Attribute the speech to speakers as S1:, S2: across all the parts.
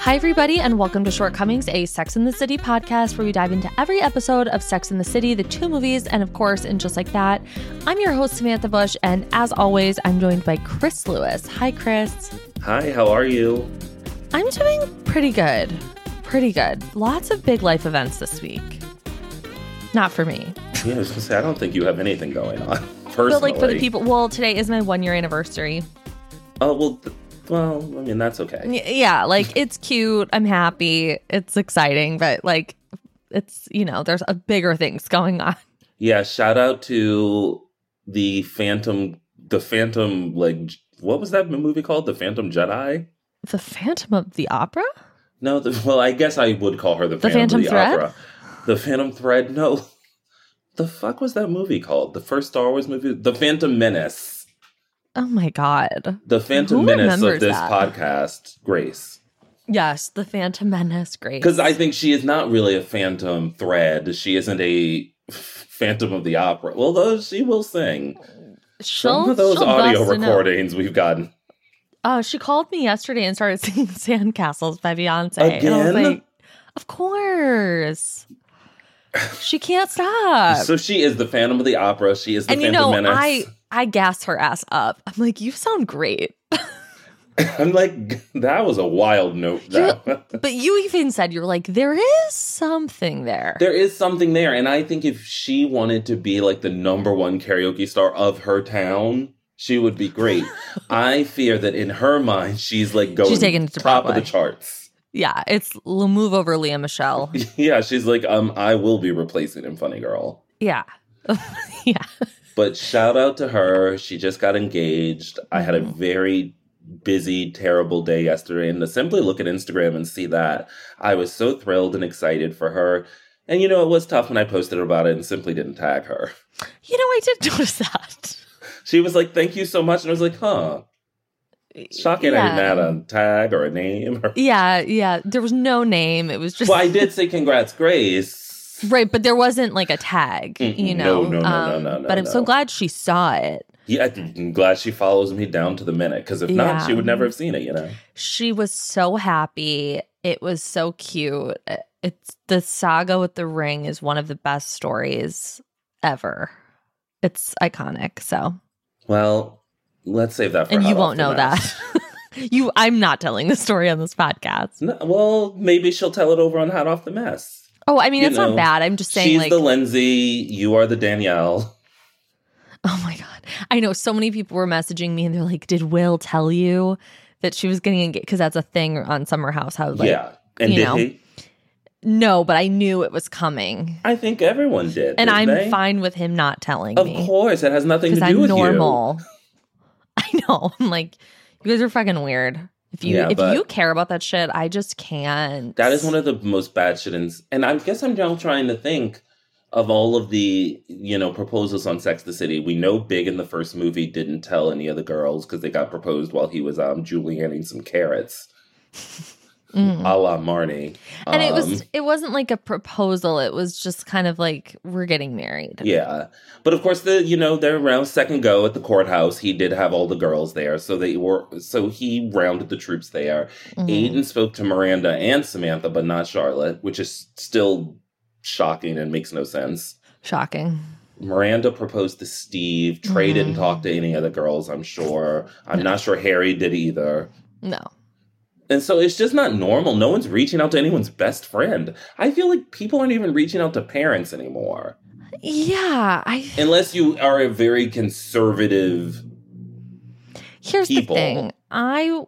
S1: Hi, everybody, and welcome to Shortcomings, a Sex in the City podcast where we dive into every episode of Sex in the City, the two movies, and of course, in Just Like That. I'm your host, Samantha Bush, and as always, I'm joined by Chris Lewis. Hi, Chris.
S2: Hi, how are you?
S1: I'm doing pretty good. Pretty good. Lots of big life events this week. Not for me,
S2: Yeah, I was gonna say I don't think you have anything going on personally.
S1: but like for the people. Well, today is my one year anniversary.
S2: Oh well, th- well, I mean that's okay.
S1: Y- yeah like it's cute i'm happy it's exciting but like it's you know there's a bigger things going on
S2: Yeah, shout out to the Phantom, the Phantom, like j- what was that movie called? The Phantom Jedi?
S1: the phantom of the opera
S2: No, the, well, I guess I would call her the,
S1: The
S2: Phantom,
S1: Phantom
S2: of the
S1: Thread?
S2: Opera. The Phantom Thread. No, the fuck was that movie called? The first Star Wars movie, The Phantom Menace.
S1: oh my god
S2: The Phantom
S1: Who
S2: Menace of
S1: remembers
S2: this
S1: that?
S2: podcast, Grace.
S1: yes the phantom menace great
S2: Because I think she is not really a phantom thread. She isn't a phantom of the opera. Well, though she will sing.
S1: she'll,
S2: Some of those
S1: she'll
S2: audio
S1: bust a note.
S2: recordings we've gotten.
S1: oh she called me yesterday and started singing sandcastles by beyonce and i was
S2: Again?
S1: like of course she can't stop
S2: so she is the phantom of the opera. She is
S1: Uh,
S2: the
S1: and you
S2: phantom
S1: know
S2: menace.
S1: i i gas her ass up i'm like you sound great
S2: I'm like, that was a wild note. though.
S1: But you even said you're like, there is something there.
S2: there is something there. And I think if she wanted to be like the number one karaoke star of her town, she would be great. I fear that in her mind, she's like going
S1: taking it to
S2: top of
S1: Broadway.
S2: the charts.
S1: yeah, it's l- move over Leah Michelle.
S2: Yeah, she's like, um, I will be replacing him, funny girl.
S1: Yeah. yeah.
S2: But shout out to her. She just got engaged. I had a
S1: Mhm.
S2: very busy, terrible day yesterday. And to simply look at Instagram and see that, I was so thrilled and excited for her. And you know, it was tough when I posted about it and simply didn't tag her.
S1: You know, I did notice that.
S2: She was like, Thank you so much. And I was like, Huh, shocking. I didn't add a tag or a name. Or...
S1: Yeah, yeah. There was no name. It was just
S2: Well, I did say, Congrats, Grace.
S1: right, but there wasn't like a tag,
S2: Mm-mm.
S1: you know. Um,
S2: No, no, no, no, no, no,
S1: But I'm so
S2: no.
S1: glad she saw it.
S2: Yeah, I'm glad she follows me down to the minute because if
S1: Yeah.
S2: not, she would never have seen it, you know?
S1: She was so happy. It was so cute. It's the saga with the ring is one of the best stories ever. It's iconic. So
S2: Well, let's save that for
S1: and
S2: hot
S1: you
S2: off
S1: won't
S2: the
S1: know
S2: mouth.
S1: that. you, I'm not telling the story on this podcast.
S2: No, well, maybe she'll tell it over on Hot Off the Mess.
S1: Oh, I mean,
S2: You
S1: it's not
S2: know,
S1: bad. I'm just saying,
S2: She's
S1: like,
S2: the Lindsay, you are the Danielle.
S1: oh my god, I know so many people were messaging me and they're like, "Did Will tell you that she was getting engaged?" Because that's a thing on Summer House. How like,
S2: yeah. And
S1: you
S2: did
S1: know.
S2: he?
S1: no, but I knew it was coming,
S2: I think everyone did.
S1: and
S2: didn't
S1: I'm
S2: they?
S1: fine with him not telling
S2: Of
S1: me
S2: course, it has nothing to do
S1: I'm
S2: with
S1: normal. I know. I'm like, you guys are fucking weird. If you
S2: Yeah,
S1: if
S2: but-
S1: you care about that shit, I just can't.
S2: you. That is one of the most bad shit. in- And I guess I'm now trying to think of all of the, you know, proposals on Sex the City. We know Big in the first movie didn't tell any of the girls because they got proposed while he was um, Julianing some carrots,
S1: Mm.
S2: a la Marnie.
S1: and it was
S2: Um,
S1: it wasn't like a proposal it was just kind of like we're getting married
S2: Yeah. But of course the you know, their round second go at the courthouse, he did have all the girls there. So they were so he rounded the troops there.
S1: Mhm.
S2: Aiden spoke to Miranda and Samantha, but not Charlotte, which is still shocking and makes no sense.
S1: shocking
S2: Miranda proposed to Steve. Trey
S1: Mhm.
S2: didn't talk to any of the girls, I'm sure. I'm not sure Harry did either.
S1: no
S2: And so it's just not normal. No one's reaching out to anyone's best friend. I feel like people aren't even reaching out to parents anymore.
S1: yeah i
S2: unless you are a very conservative
S1: here's
S2: people.
S1: the thing i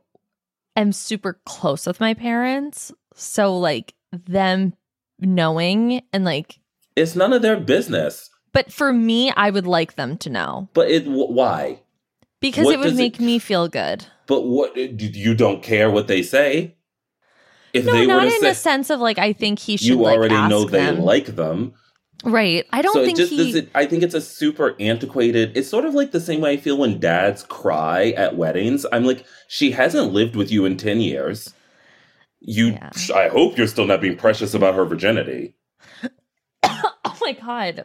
S1: am super close with my parents so like them knowing and like
S2: it's none of their business
S1: but for me i would like them to know
S2: but it wh- why
S1: because
S2: What
S1: it would
S2: does it-
S1: make me feel good
S2: but what you- you don't care what they say if
S1: no
S2: they were
S1: not
S2: to
S1: in the
S2: say
S1: sense of like i think he should
S2: you
S1: like,
S2: already
S1: ask
S2: know they
S1: them.
S2: like them
S1: right i don't
S2: so
S1: think
S2: it just
S1: he
S2: doesn't i think it's a super antiquated it's sort of like the same way i feel when dads cry at weddings i'm like she hasn't lived with you in 10 years you
S1: Yeah.
S2: i hope you're still not being precious about her virginity
S1: oh my god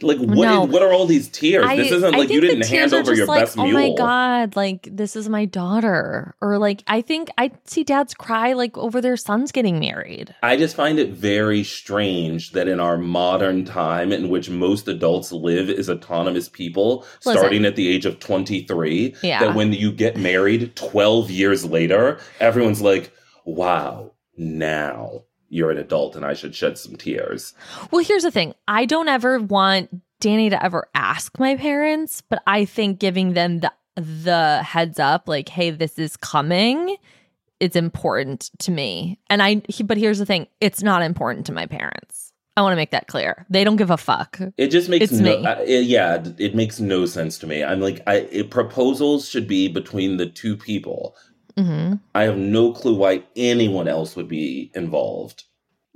S2: Like what?
S1: No.
S2: is- what are all these tears?
S1: I-
S2: this isn't
S1: I
S2: like you
S1: think the
S2: didn't
S1: tears
S2: hand
S1: are
S2: over your
S1: just like,
S2: best mule.
S1: Oh my god, like this is my daughter, or like I think I see dads cry like over their sons getting married.
S2: I just find it very strange that in our modern time, in which most adults live as autonomous people,
S1: Listen.
S2: starting at the age of 23,
S1: Yeah.
S2: that when you get married 12 years later, everyone's like, wow, now you're an adult and I should shed some tears.
S1: Well, here's the thing: I don't ever want Danny to ever ask my parents, but I think giving them the the heads up, like, hey, this is coming, it's important to me. And I, he, but here's the thing: it's not important to my parents. I want to make that clear. They don't give a fuck.
S2: It just makes
S1: It's
S2: no,
S1: me.
S2: I- it- yeah, it makes no sense to me. I'm like, I, it, proposals should be between the two people.
S1: hmm
S2: I have no clue why anyone else would be involved.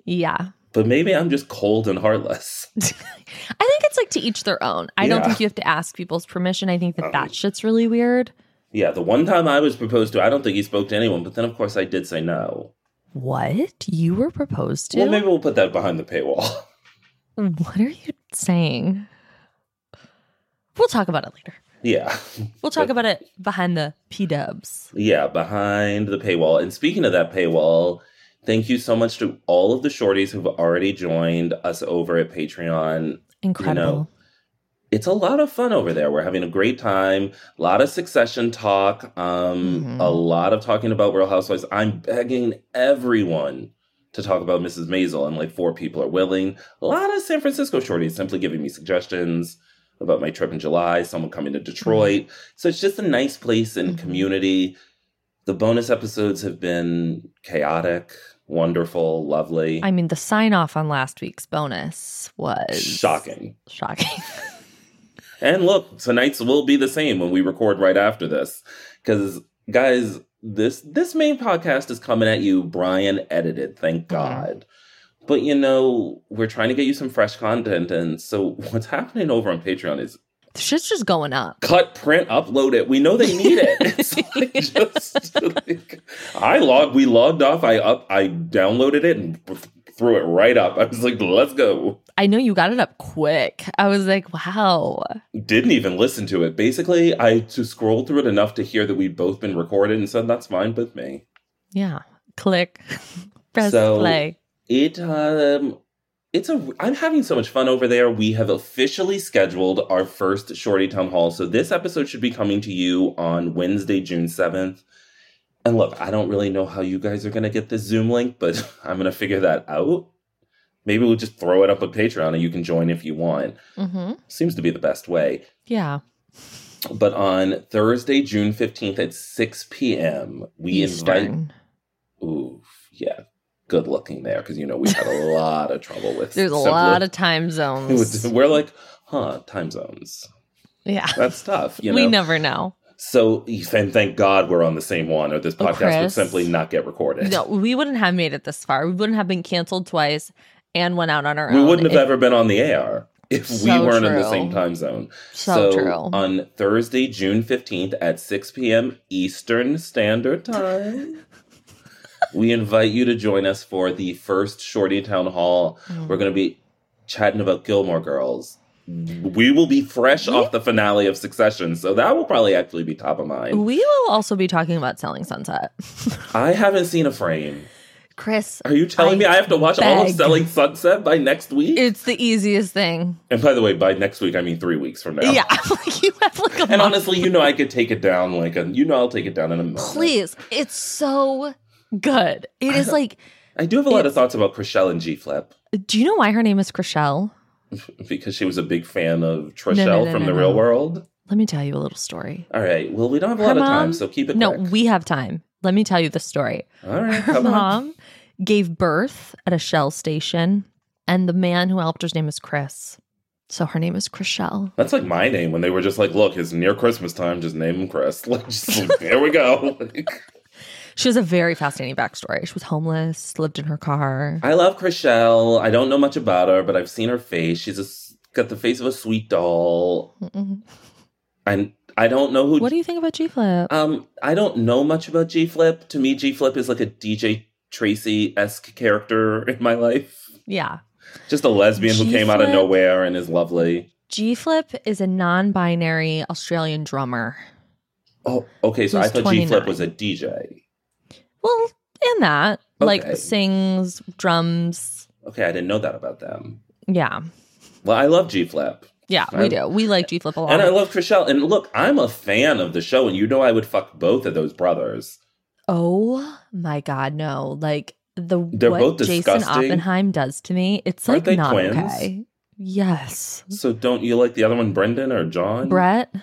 S1: Yeah.
S2: But maybe I'm just cold and heartless.
S1: I think it's like to each their own. I don't
S2: Yeah.
S1: think you have to ask people's permission. I think that
S2: Um,
S1: that shit's really weird.
S2: Yeah, the one time I was proposed to, I don't think he spoke to anyone, but then of course I did say no.
S1: What? You were proposed to?
S2: Well, maybe we'll put that behind the paywall.
S1: what are you saying? We'll talk about it later.
S2: yeah.
S1: We'll talk about it behind the P dubs.
S2: Yeah, behind the paywall. And speaking of that paywall, thank you so much to all of the shorties who've already joined us over at Patreon.
S1: Incredible.
S2: You know, it's a lot of fun over there. We're having a great time. A lot of succession talk. Um,
S1: Mhm.
S2: a lot of talking about Real Housewives. I'm begging everyone to talk about Mrs. Maisel, and like four people are willing. A lot of San Francisco shorties simply giving me suggestions about my trip in July. Someone coming to Detroit. So it's just a nice place and
S1: Mhm.
S2: community. The bonus episodes have been chaotic, wonderful, lovely,
S1: I mean, the sign off on last week's bonus was
S2: shocking.
S1: Shocking.
S2: And look, tonight's will be the same when we record right after this. Cause guys, this this main podcast is coming at you, Brian edited, thank God. But you know, we're trying to get you some fresh content, and so what's happening over on Patreon is
S1: Shit's just going up.
S2: cut, print, upload it. We know they need it. It's like just like, I logged, we logged off. I up, I downloaded it and threw it right up. I was like, let's go.
S1: I know you got it up quick. I was like, wow.
S2: didn't even listen to it. Basically, I to scroll through it enough to hear that we'd both been recorded and said that's fine with me.
S1: Yeah. Click. Press
S2: So-
S1: play.
S2: It um it's a I'm having so much fun over there. We have officially scheduled our first Shorty Town Hall. So this episode should be coming to you on Wednesday, June 7th. And look, I don't really know how you guys are going to get this Zoom link, but I'm going to figure that out. Maybe we'll just throw it up at Patreon and you can join if you want.
S1: Mm-hmm.
S2: Seems to be the best way.
S1: Yeah.
S2: But on Thursday, June 15th at 6 p.m., we invite.
S1: Eastern.
S2: Ooh, yeah. Good looking there because, you know, we had a lot of trouble with.
S1: There's a
S2: simpler-
S1: lot of time zones.
S2: We're like, huh, time zones.
S1: yeah.
S2: That's tough. You know?
S1: We never know.
S2: So, and thank God we're on the same one or this
S1: Oh,
S2: podcast would
S1: Chris.
S2: simply not get recorded.
S1: No, we wouldn't have made it this far. We wouldn't have been canceled twice and went out on our
S2: we
S1: own.
S2: wouldn't have
S1: It's
S2: ever been on the air if
S1: So
S2: we weren't in the
S1: true.
S2: same time zone.
S1: so, true.
S2: On Thursday, June 15th at 6 p.m. Eastern Standard Time, we invite you to join us for the first Shorty Town Hall.
S1: Mm.
S2: We're going to be chatting about Gilmore Girls. We will be fresh off the finale of Succession, so that will probably actually be top of mind.
S1: we will also be talking about Selling Sunset.
S2: I haven't seen a frame.
S1: Chris,
S2: Are you telling
S1: I
S2: me I have to watch all of
S1: beg.
S2: Selling Sunset by next week?
S1: it's the easiest thing.
S2: and by the way, by next week, I mean three weeks from now.
S1: Yeah. like you have like a
S2: And
S1: month.
S2: honestly, you know I could take it down like a, you know I'll take it down in a moment.
S1: Please. It's so good. It is like,
S2: I do have a lot of thoughts about Chriselle and G Flip
S1: do you know why her name is Chriselle?
S2: because she was a big fan of Trishelle
S1: no, no,
S2: from
S1: no,
S2: the
S1: no.
S2: real world.
S1: Let me tell you a little story.
S2: All right. Well, we don't have a
S1: Her
S2: lot of
S1: mom-
S2: time, so keep it
S1: No,
S2: quick.
S1: we have time. Let me tell you the story.
S2: All right.
S1: her
S2: Come on.
S1: mom gave birth at a shell station, and the man who helped her's name is Chris. So her name is Chriselle.
S2: That's like my name when they were just like, look, it's near Christmas time. Just name him Chris. Like, just like, there we go. Like,
S1: She has a very fascinating backstory. She was homeless, lived in her car.
S2: I love Chriselle. I don't know much about her, but I've seen her face. She's a s got the face of a sweet doll.
S1: Mm-mm.
S2: And I don't know who
S1: Mm-hmm. What do you think about G Flip?
S2: Um, I don't know much about G Flip. To me, G Flip is like a DJ Tracy esque character in my life.
S1: yeah.
S2: Just a lesbian who came out of
S1: G-Flip.
S2: nowhere and is lovely.
S1: G Flip is a non binary Australian drummer.
S2: Oh, okay. So I
S1: Who's
S2: thought G Flip
S1: 29.
S2: was a DJ.
S1: Well, and that,
S2: Okay.
S1: like, sings, drums.
S2: Okay, I didn't know that about them.
S1: Yeah.
S2: Well, I love G Flip.
S1: Yeah,
S2: I-
S1: we do. We like G Flip a lot.
S2: And I love Chriselle. And look, I'm a fan of the show, and you know I would fuck both of those brothers.
S1: oh my God, no. Like, the
S2: They're
S1: what
S2: both
S1: Jason
S2: disgusting.
S1: Oppenheim does to me, it's
S2: Aren't
S1: like
S2: they
S1: not
S2: twins?
S1: okay. Yes.
S2: So don't you like the other one, Brendan or John?
S1: Mm-hmm. Brett,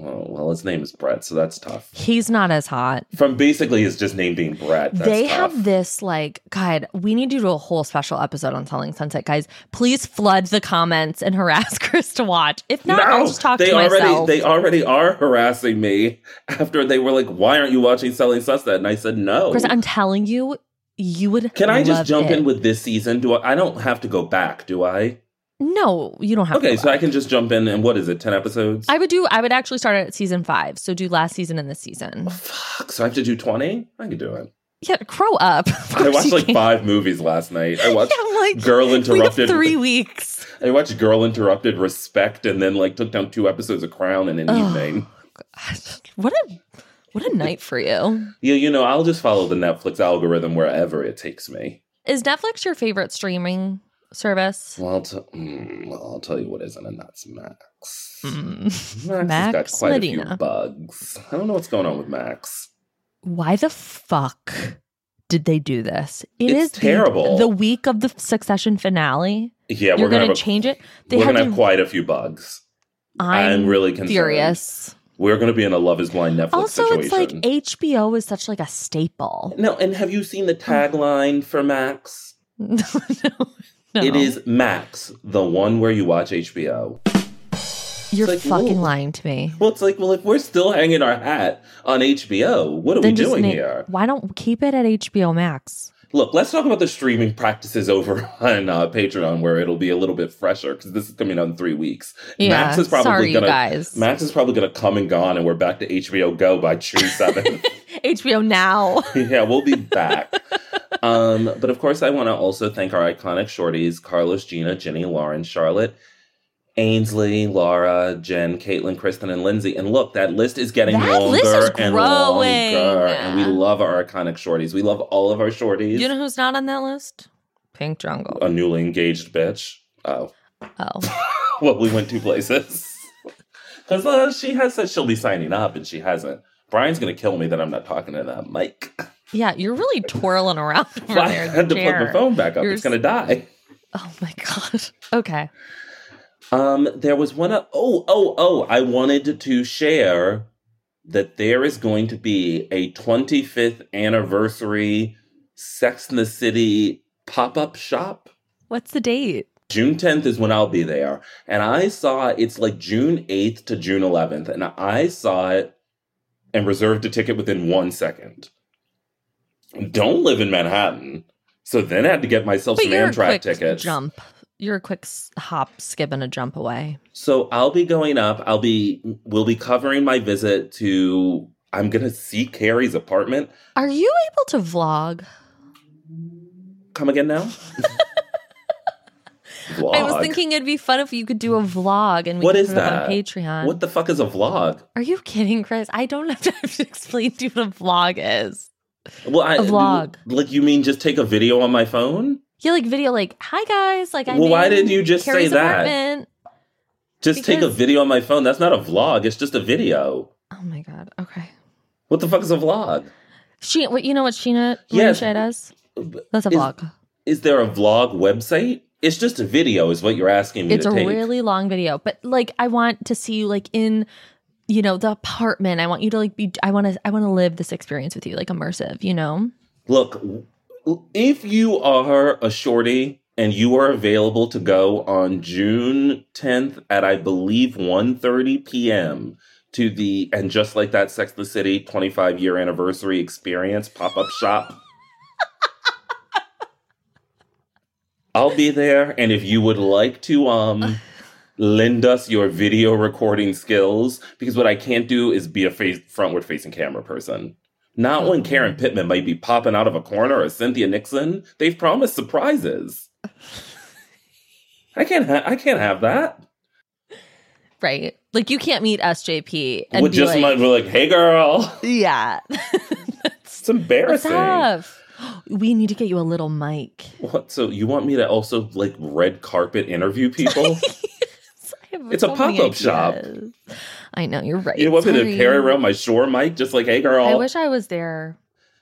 S2: Oh, well, his name is Brett, so that's tough.
S1: he's not as hot.
S2: From basically his just name being Brett. That's
S1: they
S2: tough.
S1: have this like god we need to do a whole special episode on selling sunset guys please flood the comments and harass chris to watch if not i'll just talk
S2: they
S1: to
S2: already
S1: myself
S2: they already are harassing me after they were like, "Why aren't you watching Selling Sunset?" And I said, "No."
S1: chris i'm telling you you would
S2: Can I
S1: love
S2: just jump
S1: it.
S2: in with this season? Do I? I don't have to go back, do I?
S1: no you don't have
S2: Okay,
S1: to
S2: so I can just jump in. And what is it? Ten episodes?
S1: i would do i would actually start at season five so do last season and this season
S2: Fuck. So I have to do twenty. I can do it.
S1: yeah grow up Of
S2: I
S1: course
S2: watched
S1: you
S2: like
S1: can.
S2: five movies last night. I watched
S1: yeah, I'm like
S2: Girl
S1: we have
S2: Interrupted.
S1: three weeks
S2: I watched Girl Interrupted, Respect, and then like took down two episodes of Crown in an
S1: Ugh.
S2: evening.
S1: Oh, what a what a night for you
S2: Yeah, you know, I'll just follow the Netflix algorithm wherever it takes me.
S1: is netflix your favorite streaming service
S2: Well, I'll, t- mm, well, I'll tell you what isn't, and that's Max.
S1: Mm.
S2: Max, has
S1: Max
S2: got quite a few
S1: Medina.
S2: bugs. I don't know what's going on with Max.
S1: why the fuck did they do this? It
S2: It's
S1: is the-
S2: terrible.
S1: The, week of the Succession finale. You're
S2: Yeah, we're gonna
S1: going to
S2: have a-
S1: change it. They
S2: we're
S1: had
S2: gonna
S1: to.
S2: have quite a few bugs.
S1: I'm,
S2: really concerned.
S1: furious.
S2: We're gonna be in a Love Is Blind Netflix
S1: Also, it's like
S2: situation.
S1: HBO is such like a staple.
S2: no, and have you seen the tagline for Max?
S1: no, no,
S2: It is Max, the one where you watch HBO.
S1: You're
S2: it's like,
S1: fucking
S2: ooh.
S1: lying to me.
S2: Well, it's like, well, if we're still hanging our hat on HBO, what are we doing
S1: na-
S2: here?
S1: Why don't keep it at HBO Max?
S2: Look, let's talk about the streaming practices over on uh, Patreon, where it'll be a little bit fresher because this is coming out in three weeks.
S1: Yeah,
S2: Max is probably
S1: sorry,
S2: gonna-
S1: you guys.
S2: Max is probably going to come and gone, and we're back to HBO Go by June seventh.
S1: HBO now.
S2: yeah, we'll be back. um, but of course, I want to also thank our iconic shorties Carlos, Gina, Jenny, Lauren, Charlotte, Ainsley, Laura, Jen, Caitlin, Kristen, and Lindsay. And look, that list is getting
S1: That
S2: longer
S1: list is
S2: and
S1: growing.
S2: longer. And we love our iconic shorties. We love all of our shorties.
S1: you know who's not on that list? Pink Jungle.
S2: a newly engaged bitch. Oh,
S1: Oh.
S2: well, we went two places. Because uh, she has said she'll be signing up, and she hasn't. Brian's going to kill me that I'm not talking to that mic.
S1: Yeah, you're really twirling around over
S2: I
S1: there. in
S2: had
S1: the
S2: to plug
S1: chair.
S2: the phone back up.
S1: You're
S2: it's going to die.
S1: Oh my god. Okay.
S2: Um, there was one. o- Oh, oh, oh! I wanted to share that there is going to be a 25th anniversary Sex in the City pop up shop.
S1: What's the date?
S2: June 10th is when I'll be there, and I saw it's like June 8th to June 11th, and I saw it and reserved a ticket within one second. Don't live in Manhattan, so then I had to get myself some
S1: you're a
S2: Amtrak
S1: quick
S2: tickets.
S1: jump. You're a quick s- hop, skip, and a jump away.
S2: So I'll be going up. I'll be we'll be covering my visit to I'm gonna see Carrie's apartment.
S1: Are you able to vlog?
S2: Come again now. vlog.
S1: I was thinking it'd be fun if you could do a vlog and we
S2: What
S1: could
S2: is
S1: put it up
S2: that?
S1: on Patreon.
S2: what the fuck is a vlog?
S1: Are you kidding, Chris? I don't have time to explain to you what a vlog is.
S2: Well, I,
S1: A vlog.
S2: Like you mean just take a video on my phone?
S1: Yeah, like video, like hi guys, like I.
S2: Well, why
S1: made
S2: didn't you just say
S1: Carrie's
S2: that?
S1: apartment.
S2: Just take a
S1: Because-
S2: video on my phone. That's not a vlog. It's just a video.
S1: Oh my god. Okay.
S2: What the fuck is a vlog?
S1: She, what you know what Sheena
S2: Yes.
S1: Shea does? That's a
S2: Is-
S1: vlog.
S2: Is there a vlog website? It's just a video, is what you're asking me
S1: it's
S2: to
S1: a
S2: take.
S1: really long video but like i want to see you like in you know the apartment i want you to like be i want to i want to live this experience with you like immersive you know
S2: Look, w- if you are a shorty and you are available to go on June 10th at I believe 1:30 p.m. to the and just like that Sex and the City 25 year anniversary experience pop-up shop. I'll be there and if you would like to um lend us your video recording skills because what I can't do is be a face frontward facing camera person. Not
S1: Oh.
S2: when Karen Pittman might be popping out of a corner or Cynthia Nixon. They've promised surprises. I can't. Ha- I can't have that.
S1: Right. Like you can't meet SJP and
S2: Would
S1: be
S2: just
S1: like,
S2: might be like, "Hey, girl,
S1: yeah.
S2: it's embarrassing."
S1: Tough. We need to get you a little mic.
S2: What? So you want me to also like red carpet interview people?
S1: I have
S2: It's a
S1: so many
S2: pop-up shop.
S1: ideas. I know you're right.
S2: you want me to
S1: Sorry.
S2: carry around my shore mic? Just like, "Hey, girl,
S1: I wish I was there.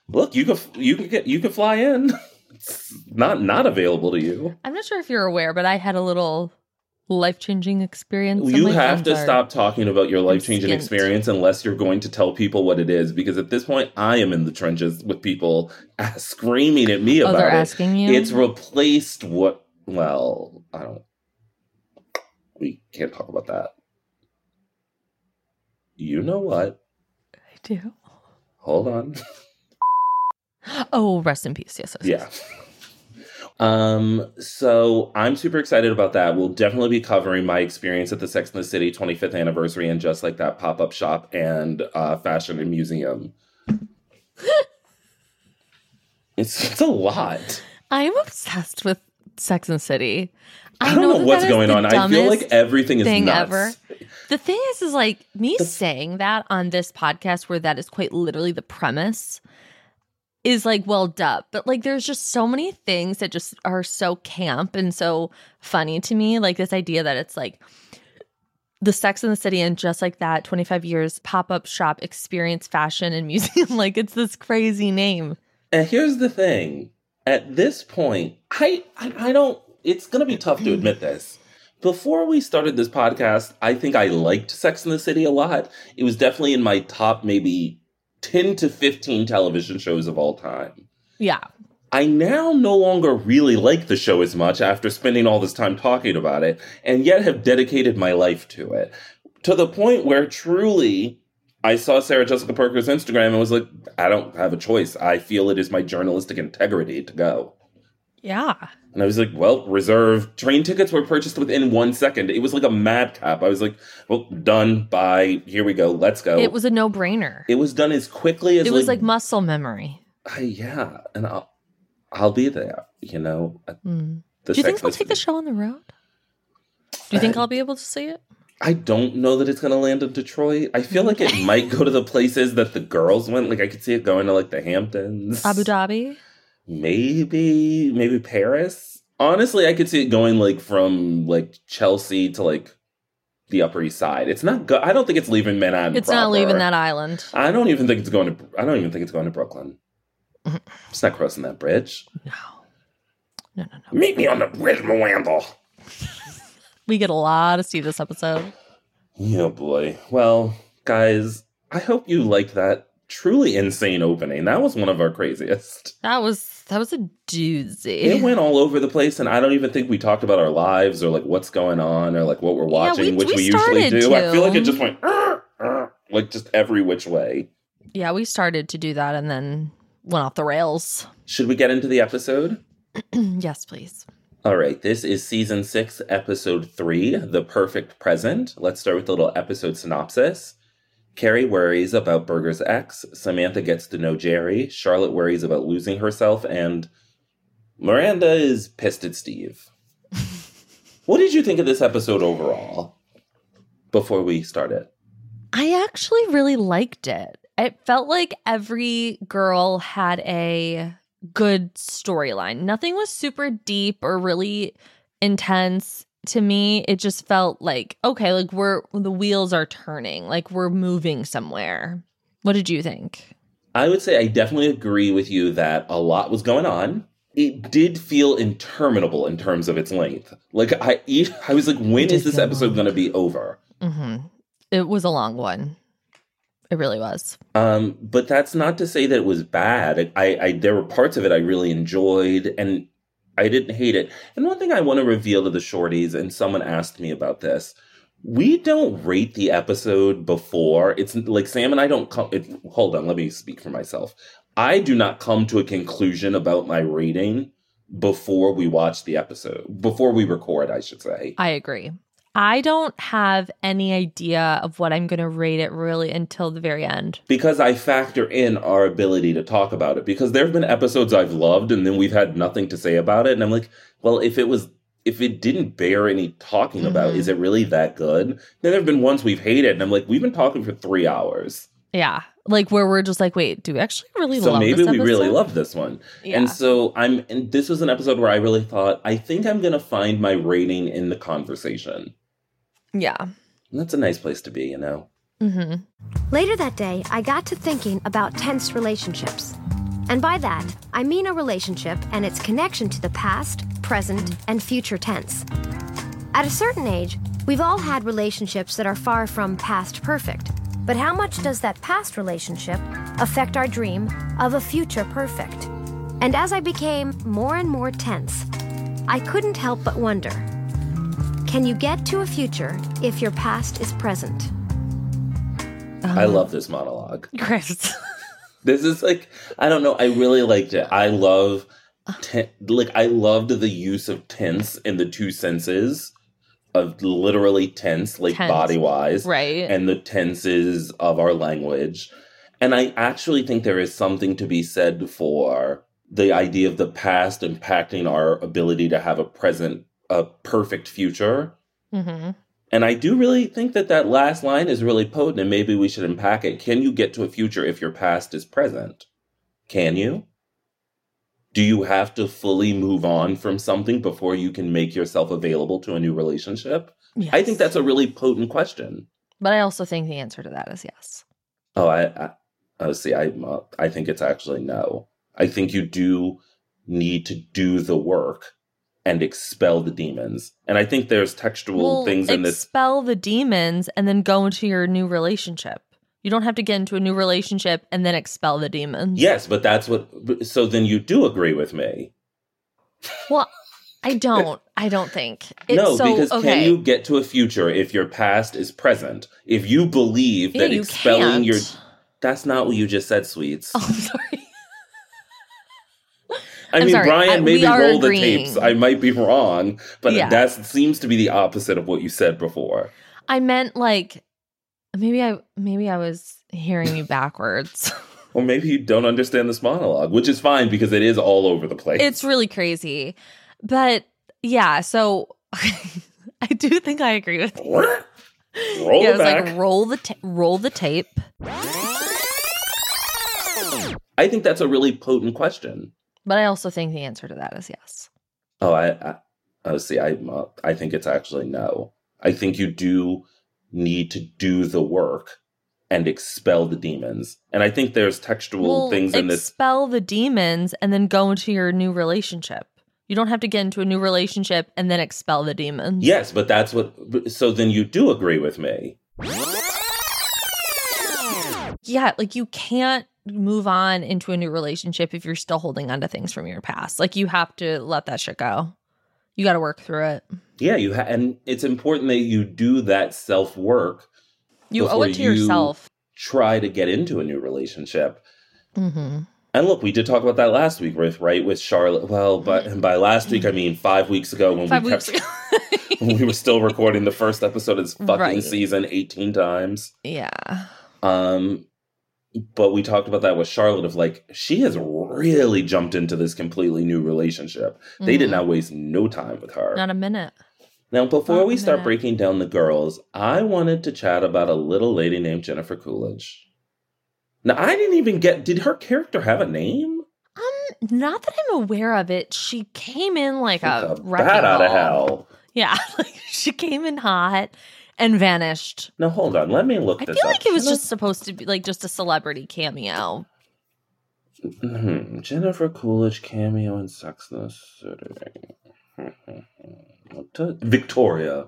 S2: look, you could, you could get, you could fly in." It's not not available to you.
S1: I'm not sure if you're aware, but I had a little life changing experience. on
S2: you
S1: my
S2: have to
S1: son's arm.
S2: stop talking about your life changing
S1: skint.
S2: experience unless you're going to tell people what it is. Because at this point, I am in the trenches with people uh, screaming at me
S1: Oh,
S2: about
S1: they're
S2: it.
S1: asking you.
S2: It's replaced what? Well, I don't. We can't talk about that. You know what?
S1: I do.
S2: Hold on.
S1: Oh, rest in peace. Yes. yes,
S2: Yeah.
S1: yes.
S2: Um, so I'm super excited about that. We'll definitely be covering my experience at the Sex in the City 25th anniversary and just like that pop-up shop and uh fashion and museum. it's it's a lot.
S1: I'm obsessed with Sex and the City.
S2: I,
S1: know
S2: don't know,
S1: that
S2: what's
S1: that is
S2: going
S1: the
S2: on. I feel like
S1: dumbest
S2: everything is
S1: thing
S2: nuts.
S1: ever. The thing is, is like me
S2: The-
S1: saying that on this podcast where that is quite literally the premise is like well duh. But like there's just so many things that just are so camp and so funny to me. Like this idea that it's like the Sex in the City and just like that, 25 years pop up shop experience fashion and museum. like it's this crazy name.
S2: And here's the thing. At this point, I I, I don't it's going to be tough to admit this. Before we started this podcast, I think I liked Sex in the City a lot. It was definitely in my top maybe 10 to 15 television shows of all time.
S1: Yeah.
S2: I now no longer really like the show as much after spending all this time talking about it, and yet have dedicated my life to it. To the point where truly, I saw Sarah Jessica Parker's Instagram and was like, I don't have a choice. I feel it is my journalistic integrity to go.
S1: Yeah.
S2: And I was like, well, reserve. Train tickets were purchased within one second. It was like a madcap. I was like, well, done. Bye. Here we go. Let's go.
S1: It was a no brainer.
S2: Oh. It was done as quickly as
S1: It was like muscle memory.
S2: I- yeah, and I'll I'll be there. You know, at
S1: Mm.
S2: the
S1: Do you think
S2: Sex
S1: they'll
S2: and
S1: take
S2: the
S1: the show on the road? Do you think
S2: Uh,
S1: I'll be able to see it?
S2: I don't know that it's going to land in Detroit. I feel like it might go to the places that the girls went. Like I could see it going to like the Hamptons,
S1: Abu Dhabi?
S2: maybe maybe Paris. Honestly, I could see it going like from like Chelsea to like the Upper East Side. It's not. Go- I don't think it's leaving Manhattan.
S1: It's not leaving
S2: proper.
S1: that island.
S2: I don't even think it's going to. I don't even think it's going to Brooklyn.
S1: Mhm.
S2: It's not crossing that bridge.
S1: No. No, no, no.
S2: Meet me on the bridge, Miranda.
S1: We get a lot of see this episode.
S2: Yeah, boy. Well, guys, I hope you liked that truly insane opening. That was one of our craziest.
S1: That was that was a doozy.
S2: It went all over the place, and I don't even think we talked about our lives or like what's going on or like what we're
S1: Yeah,
S2: watching,
S1: we-
S2: which
S1: we
S2: we, usually
S1: started
S2: do. I feel like
S1: to.
S2: it just went "Arr, arr," like just every which way.
S1: yeah, we started to do that and then went off the rails.
S2: Should we get into the episode?
S1: yes, please.
S2: All right, this is season six, episode three, The Perfect Present. Let's start with a little episode synopsis. Carrie worries about Burger's ex, Samantha gets to know Jerry, Charlotte worries about losing herself, and Miranda is pissed at Steve. what did you think of this episode overall before we start it?
S1: I actually really liked it. It felt like every girl had a good storyline. Nothing was super deep or really intense to me. It just felt like, okay, like we're the wheels are turning, like we're moving somewhere. What did you think?
S2: I would say I definitely agree with you that a lot was going on. It did feel interminable in terms of its length. Like I, e, I was like, when
S1: It
S2: is
S1: did
S2: this
S1: feel
S2: episode
S1: long.
S2: going to be over?
S1: Mm-hmm. It was a long one. It really was.
S2: Um, but that's not to say that it was bad. I, I there were parts of it I really enjoyed, and I didn't hate it. And one thing I want to reveal to the shorties, and someone asked me about this. We don't rate the episode before. It's like Sam and I don't come. It, hold on, let me speak for myself. I do not come to a conclusion about my rating before we watch the episode, before we record, I should say.
S1: I agree. I don't have any idea of what I'm going to rate it really until the very end.
S2: because I factor in our ability to talk about it. Because there have been episodes I've loved and then we've had nothing to say about it. And I'm like, well, if it was, if it didn't bear any talking about,
S1: Mhm.
S2: is it really that good? Then there have been ones we've hated and I'm like, we've been talking for three hours.
S1: Yeah. Like where we're just like, wait, do we actually really
S2: so
S1: love
S2: maybe
S1: this
S2: we really
S1: episode?
S2: love this one.
S1: yeah.
S2: And so I'm, and this was an episode where I really thought, I think I'm going to find my rating in the conversation.
S1: yeah.
S2: And that's a nice place to be, you know?
S1: hmm
S3: Later that day, I got to thinking about tense relationships. And by that, I mean a relationship and its connection to the past, present, and future tense. At a certain age, we've all had relationships that are far from past perfect. But how much does that past relationship affect our dream of a future perfect? And as I became more and more tense, I couldn't help but wonder can you get to a future if your past is present?
S1: Uh-huh.
S2: I love this monologue.
S1: Chris.
S2: This is like I don't know. I really liked it. I love ten, like I loved the use of tense in the two senses of literally tense, like
S1: Tense.
S2: body wise,
S1: right.
S2: and the tenses of our language. And I actually think there is something to be said for the idea of the past impacting our ability to have a present, a perfect future.
S1: hmm
S2: And I do really think that that last line is really potent, and maybe we should unpack it. Can you get to a future if your past is present? Can you? Do you have to fully move on from something before you can make yourself available to a new relationship? I think that's a really potent question.
S1: But I also think the answer to that is yes.
S2: Oh, I, I oh, see. I, uh, I think it's actually no. I think you do need to do the work and expel the demons. And I think there's textual things in this
S1: expel the demons and then go into your new relationship. You don't have to get into a new relationship and then expel the demons.
S2: Yes, but that's what. So then you do agree with me.
S1: Well, I don't. I don't think. It's
S2: no,
S1: so,
S2: because
S1: okay.
S2: can you get to a future if your past is present? If you believe
S1: yeah,
S2: that
S1: you
S2: expelling
S1: can't.
S2: your. That's not what you just said, sweets.
S1: Oh, I'm sorry. I'm
S2: I mean,
S1: sorry. I-
S2: Brian,
S1: we
S2: maybe
S1: are
S2: roll the
S1: agreeing.
S2: tapes. I might be wrong, but
S1: Yeah.
S2: that seems to be the opposite of what you said before.
S1: I meant like maybe I maybe I was hearing you backwards.
S2: Or maybe you don't understand this monologue, which is fine because it is all over the place.
S1: it's really crazy. But yeah, so I do think I agree with you.
S2: roll
S1: yeah,
S2: it
S1: it's
S2: back.
S1: like roll the ta- roll the tape.
S2: I think that's a really potent question.
S1: But I also think the answer to that is yes.
S2: Oh, I, I oh, see. I, uh, I think it's actually no. I think you do need to do the work and expel the demons. And I think there's textual things in this.
S1: expel the demons and then go into your new relationship. You don't have to get into a new relationship and then expel the demons.
S2: Yes, but that's what. So then you do agree with me.
S1: Yeah, like you can't move on into a new relationship if you're still holding on to things from your past. Like you have to let that shit go. You got to work through it.
S2: Yeah, you ha- and it's important that you do that self work.
S1: You owe
S2: Before
S1: it to
S2: you-
S1: yourself.
S2: Try to get into a new relationship.
S1: Mm-hmm.
S2: And look, we did talk about that last week, with right? With Charlotte. Well, but and by last week I mean five weeks ago when
S1: Five
S2: we
S1: weeks
S2: kept
S1: ago.
S2: we were still recording the first episode of this fucking
S1: Right.
S2: season 18 times.
S1: yeah.
S2: Um, but we talked about that with Charlotte of like, she has really jumped into this completely new relationship. They did
S1: Mhm.
S2: not waste no time with her.
S1: Not a minute.
S2: now, before
S1: not
S2: we
S1: a
S2: start
S1: minute.
S2: breaking down the girls, I wanted to chat about a little lady named Jennifer Coolidge. Now, I didn't even get, did her character have a name?
S1: Um, not that I'm aware of it. She came in like a,
S2: Like
S1: wrecking
S2: bat out of
S1: ball.
S2: hell.
S1: Yeah, like she came in hot and vanished.
S2: Now, hold on. Let me look
S1: I
S2: this
S1: feel
S2: up.
S1: like it was
S2: Jennifer-
S1: just supposed to be like just a celebrity cameo.
S2: Hmm. Jennifer Coolidge cameo in Sex and the City. Victoria.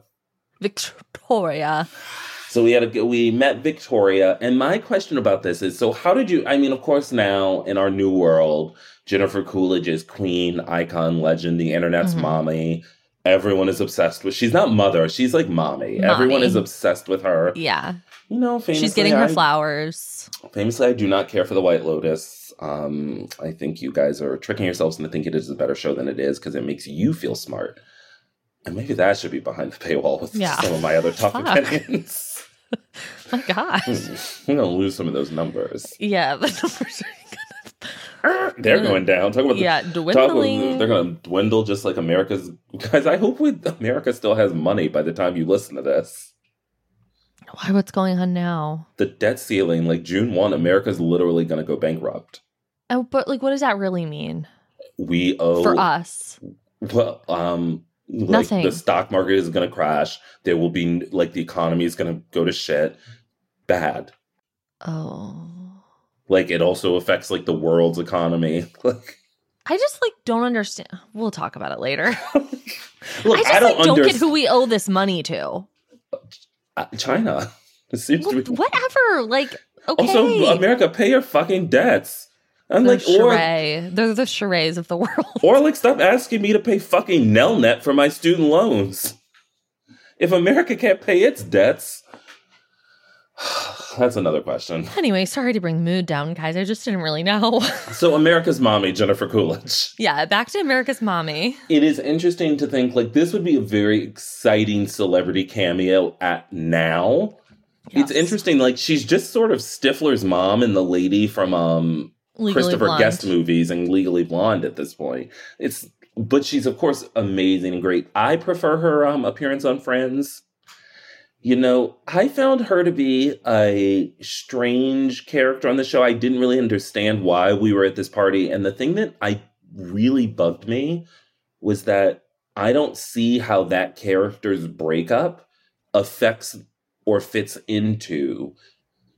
S1: Victoria.
S2: So we had a we met Victoria, and my question about this is: so how did you? I mean, of course, now in our new world, Jennifer Coolidge is queen, icon, legend. The internet's
S1: Mhm.
S2: mommy. Everyone is obsessed with. She's not mother. She's like mommy. Everyone
S1: Mommy.
S2: is obsessed with her.
S1: Yeah.
S2: You know, famously,
S1: She's getting her
S2: I-
S1: flowers.
S2: Famously, I do not care for the White Lotus. Um, I think you guys are tricking yourselves into thinking it is a better show than it is because it makes you feel smart. And maybe that should be behind the paywall with
S1: Yeah.
S2: some of my other top
S1: Fuck.
S2: opinions.
S1: My gosh.
S2: I'm gonna lose some of those numbers.
S1: yeah, the numbers are
S2: Er, They're going down. Talk about
S1: gonna, yeah,
S2: the, talk about,
S1: dwindling.
S2: they're gonna dwindle just like America's guys. I hope we, America still has money by the time you listen to this.
S1: Why? What's going on now?
S2: The debt ceiling, like June one, America's literally gonna go bankrupt.
S1: Oh, but like, what does that really mean
S2: We owe
S1: for us?
S2: Well, um, like
S1: Nothing.
S2: the stock market is going to crash. There will be like the economy is going to go to shit. Bad.
S1: Oh,
S2: Like it also affects like the world's economy. Like,
S1: I just like don't understand. We'll talk about it later.
S2: look,
S1: I
S2: I,
S1: just
S2: don't
S1: like don't get
S2: understand.
S1: who we owe this money to.
S2: uh, China. It seems
S1: Well,
S2: to be-
S1: whatever. Like, okay.
S2: Also, America, pay your fucking debts. I'm
S1: They're
S2: like, or,
S1: charade. They're the charades of the world.
S2: or like, stop asking me to pay fucking Nelnet for my student loans. If America can't pay its debts, that's another question.
S1: Anyway, sorry to bring the mood down, guys. I just didn't really know.
S2: So America's mommy, Jennifer Coolidge.
S1: yeah, back to America's Mommy.
S2: It is interesting to think like this would be a very exciting celebrity cameo at now.
S1: Yes.
S2: It's interesting, like she's just sort of Stifler's mom and the lady from um
S1: Legally
S2: Christopher
S1: Blonde.
S2: Guest movies and Legally Blonde at this point. It's but she's of course amazing and great. I prefer her um appearance on Friends. You know, I found her to be a strange character on the show. I didn't really understand why we were at this party and the thing that I really bugged me was that I don't see how that character's breakup affects or fits into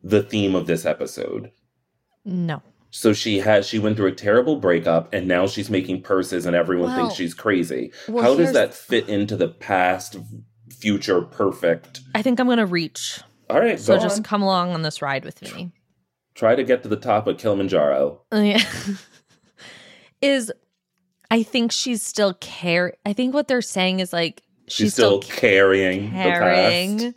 S2: the theme of this episode.
S1: No.
S2: So she has she went through a terrible breakup and now she's making purses and everyone
S1: Wow.
S2: thinks she's crazy.
S1: Well,
S2: How does
S1: here's-
S2: that fit into the past future perfect?
S1: I think I'm going to reach.
S2: All right,
S1: So
S2: go
S1: just
S2: on.
S1: come along on this ride with me.
S2: Try to get to the top of Kilimanjaro.
S1: Yeah. is I think she's still care. I think what they're saying is like
S2: She's, still, carrying, the past.
S1: carrying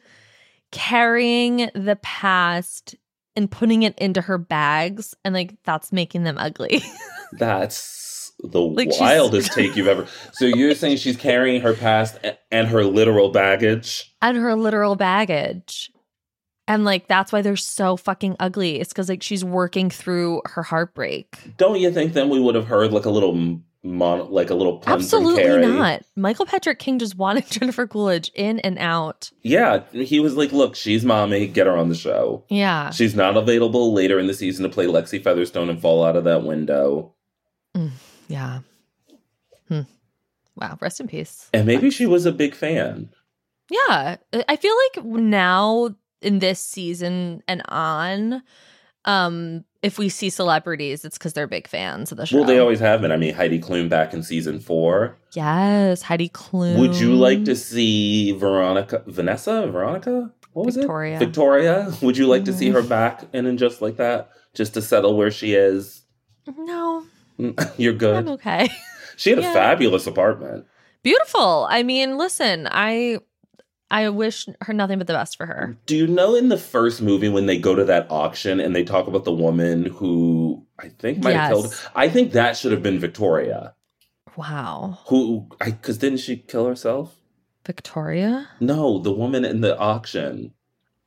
S1: carrying the past and putting it into her bags and like that's making them ugly
S2: That's the
S1: Like, she's-
S2: wildest take you've ever. So you're saying she's carrying her past a- and her literal baggage?
S1: and her literal baggage and like that's why they're so fucking ugly it's because like she's working through her heartbreak
S2: Don't you think then we would have heard like a little m- mon- like a little pun from
S1: absolutely
S2: Carrie?
S1: not michael patrick king just wanted jennifer coolidge in and out
S2: Yeah, he was like, "Look, she's mommy. Get her on the show."
S1: yeah
S2: She's not available later in the season to play Lexi Featherstone and fall out of that window.
S1: yeah hmm. wow rest in peace
S2: And maybe she was a big fan.
S1: Yeah, I I feel like now in this season and on, um, if we see celebrities, it's because they're big fans of the show.
S2: Well, they always have been. I mean, Heidi Klum back in season four.
S1: yes, Heidi Klum.
S2: Would you like to see Veronica, Vanessa, Veronica? What was
S1: Victoria.
S2: it? Victoria. Would you like to see
S1: Mhm.
S2: her back and then just like that, just to settle where she is?
S1: No,
S2: You're
S1: I'm
S2: good.
S1: okay.
S2: She had a
S1: Yeah.
S2: fabulous apartment.
S1: Beautiful. I mean, listen, I, I wish her nothing but the best for her.
S2: Do you know in the first movie when they go to that auction and they talk about the woman who I think might have killed?
S1: Yes.
S2: I think that should have been Victoria.
S1: Wow,
S2: Who? Because didn't she kill herself?
S1: Victoria.
S2: No, the woman in the auction,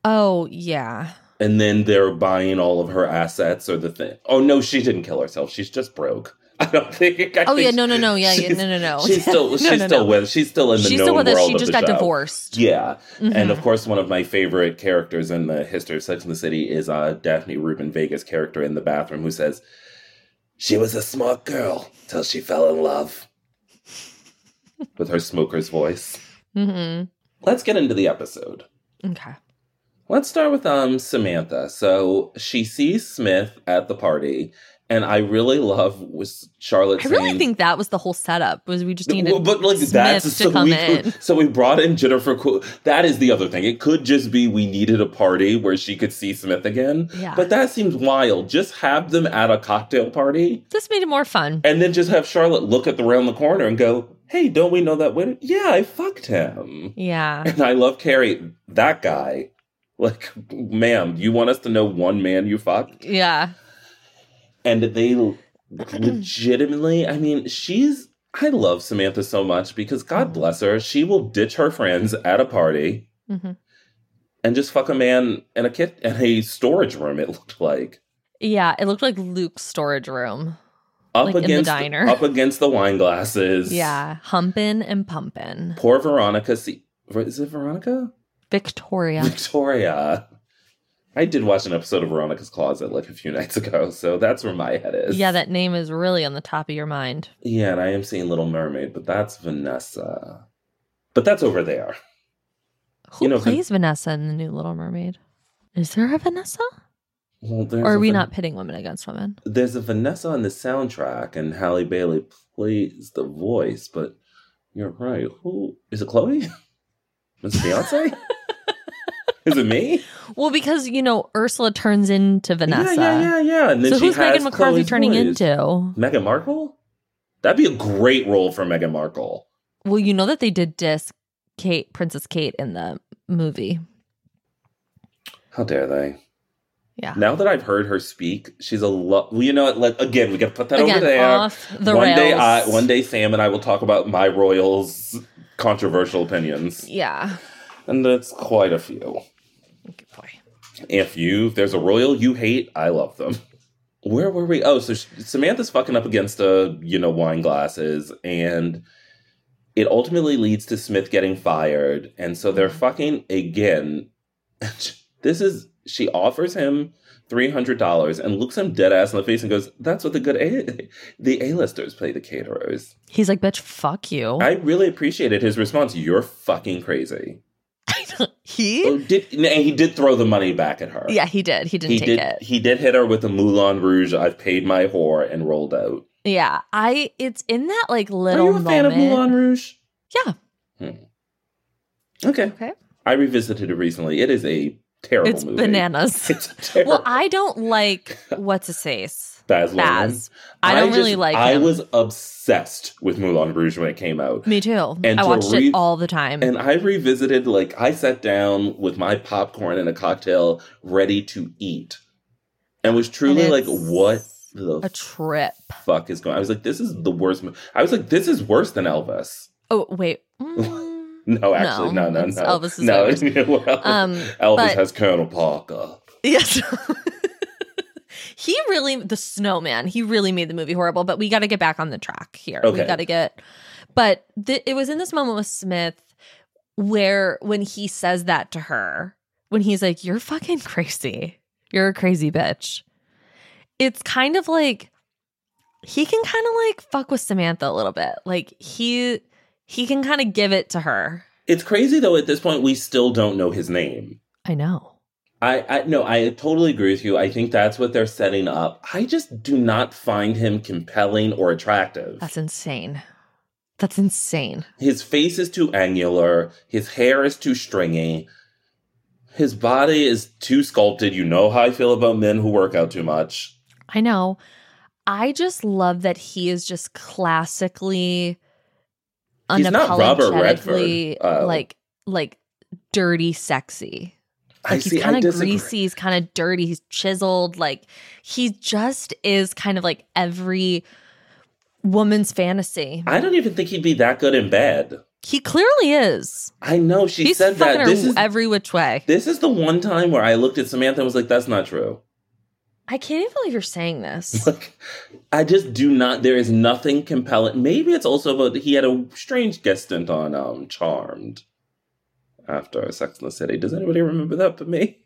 S1: Oh yeah,
S2: and then they're buying all of her assets or the thing. Oh no, she didn't kill herself. She's just broke. I don't think. I
S1: Oh,
S2: think
S1: yeah, no, no, no, yeah, yeah,
S2: she's-
S1: no, no, no.
S2: She's still.
S1: No,
S2: she's
S1: no,
S2: still
S1: no.
S2: with. She's still in the
S1: she's
S2: known
S1: the one that
S2: world
S1: she
S2: of
S1: just
S2: the
S1: got
S2: show.
S1: divorced.
S2: Yeah, and of
S1: Mhm.
S2: course, one of my favorite characters in the history of Sex and the City is uh, Daphne Rubin Vega's character in the bathroom who says, "She was a smart girl till she fell in love," with her smoker's voice.
S1: Mhm.
S2: Let's get into the episode.
S1: Okay.
S2: Let's start with um Samantha. So she sees Smith at the party, and I really love was Charlotte.
S1: I really
S2: saying-
S1: think that was the whole setup. Was we just needed
S2: Well, but like
S1: Smith
S2: that's
S1: to
S2: so
S1: come
S2: we
S1: in.
S2: so we brought in Jennifer. Cool. That is the other thing. It could just be we needed a party where she could see Smith again.
S1: Yeah.
S2: But that seems wild. Just have them at a cocktail party,
S1: This made it more fun.
S2: and then just have Charlotte look at the round the corner and go, "Hey, don't we know that winner? Yeah, I fucked him."
S1: Yeah.
S2: And I love Carrie, that guy. Like, ma'am, you want us to know one man you fucked?
S1: Yeah.
S2: And they legitimately, I mean, she's, I love Samantha so much because God bless her, she will ditch her friends at a party
S1: Mm-hmm.
S2: and just fuck a man in a kit in a storage room. It looked like
S1: Yeah, it looked like Luke's storage room.
S2: up
S1: Like in the
S2: against
S1: diner.
S2: up against the wine glasses.
S1: Yeah, humping and pumping.
S2: poor Veronica. See, is it Veronica?
S1: Victoria.
S2: Victoria. I did watch an episode of Veronica's Closet like a few nights ago, so that's where my head is.
S1: Yeah, that name is really on the top of your mind.
S2: Yeah, and I am seeing Little Mermaid, but that's Vanessa. But that's over there.
S1: Who
S2: You know,
S1: plays Vanessa in the new Little Mermaid? Is there a Vanessa?
S2: Well, there's
S1: Or
S2: a
S1: are we
S2: Van-
S1: not pitting women against women?
S2: There's a Vanessa on the soundtrack, and Halle Bailey plays the voice. But you're right. Who is it? Chloe? Is it Beyonce? is it me?
S1: Well, because you know Ursula turns into Vanessa.
S2: Yeah, yeah, yeah, yeah. And then
S1: So
S2: she
S1: who's
S2: has
S1: Megan McCarthy
S2: Chloe's
S1: turning
S2: voice.
S1: into?
S2: Meghan Markle? That'd be a great role for Meghan Markle.
S1: Well, you know that they did disc Kate, Princess Kate, in the movie.
S2: How dare they?
S1: Yeah.
S2: Now that I've heard her speak, she's a lot. Well, you know what? Like again, we gotta put that
S1: Again,
S2: over there.
S1: off the
S2: uh, one
S1: rails.
S2: day, I, one day, Sam and I will talk about my Royals' controversial opinions,
S1: Yeah.
S2: and that's quite a few.
S1: Good boy.
S2: If you, if there's a Royal you hate, I love them. Where were we? Oh, so sh- Samantha's fucking up against a you know wine glasses, and it ultimately leads to Smith getting fired, and so they're fucking again. this is she offers him three hundred dollars and looks him dead ass in the face and goes, "That's what the good a the a listers play the caterers."
S1: He's like, bitch, fuck you.
S2: I really appreciated his response. You're fucking crazy.
S1: he?
S2: Oh, did and he did throw the money back at her?
S1: Yeah, he did. He didn't
S2: he
S1: take
S2: did.
S1: it.
S2: He did hit her with the Moulin Rouge. I've paid my whore and rolled out.
S1: Yeah. I. It's in that like
S2: Are
S1: little
S2: you a fan of
S1: moment-
S2: Moulin Rouge? Hmm.
S1: Yeah.
S2: Okay,
S1: Okay.
S2: I revisited it recently. It is a terrible
S1: it's
S2: movie.
S1: bananas.
S2: It's a terrible.
S1: well, I don't like what's his face.
S2: Baz Luhrmann.
S1: Baz. I don't really
S2: just-
S1: like
S2: I
S1: him.
S2: was obsessed with Moulin Rouge when it came out.
S1: Me too.
S2: And
S1: I
S2: to
S1: watched
S2: re-
S1: it all the time.
S2: And I revisited, like, I sat down with my popcorn and a cocktail ready to eat and was truly
S1: And
S2: like,
S1: it's
S2: what the
S1: a trip.
S2: fuck is going I was like, this is the worst. mo- I was like, this is worse than Elvis.
S1: Oh wait. Mm.
S2: No, actually,
S1: No,
S2: no, no, no.
S1: it's- Elvis is
S2: no,
S1: worse.
S2: well,
S1: um.
S2: Elvis
S1: but-
S2: has Colonel Parker.
S1: Yes. he really the snowman. He really made the movie horrible. But we got to get back on the track here.
S2: Okay.
S1: We got to get. But th- it was in this moment with Smith where when he says that to her, when he's like, "You're fucking crazy. You're a crazy bitch." It's kind of like he can kind of like fuck with Samantha a little bit. Like he he can kind of give it to her.
S2: It's crazy though. At this point, we still don't know his name.
S1: I know.
S2: I, I no, I totally agree with you. I think that's what they're setting up. I just do not find him compelling or attractive.
S1: That's insane. That's insane.
S2: His face is too angular. His hair is too stringy. His body is too sculpted. You know how I feel about men who work out too much.
S1: I know. I just love that he is just classically
S2: He's not Robert Redford.
S1: unapologetically
S2: Oh.
S1: like like dirty sexy.
S2: I
S1: Like
S2: see.
S1: he's
S2: I
S1: kind of
S2: disagree.
S1: greasy, he's kind of dirty, he's chiseled, like he just is kind of like every woman's fantasy.
S2: I don't even think he'd be that good in bed.
S1: He clearly is.
S2: I know she
S1: he's
S2: said
S1: fucking
S2: that.
S1: her
S2: This is
S1: every which way.
S2: this is the one time where I looked at Samantha and was like, "That's not true."
S1: I can't even believe you're saying this.
S2: Like, I just do not. There is nothing compelling. Maybe it's also about he had a strange guest stint on um, Charmed after Sex in the City. Does anybody remember that but me?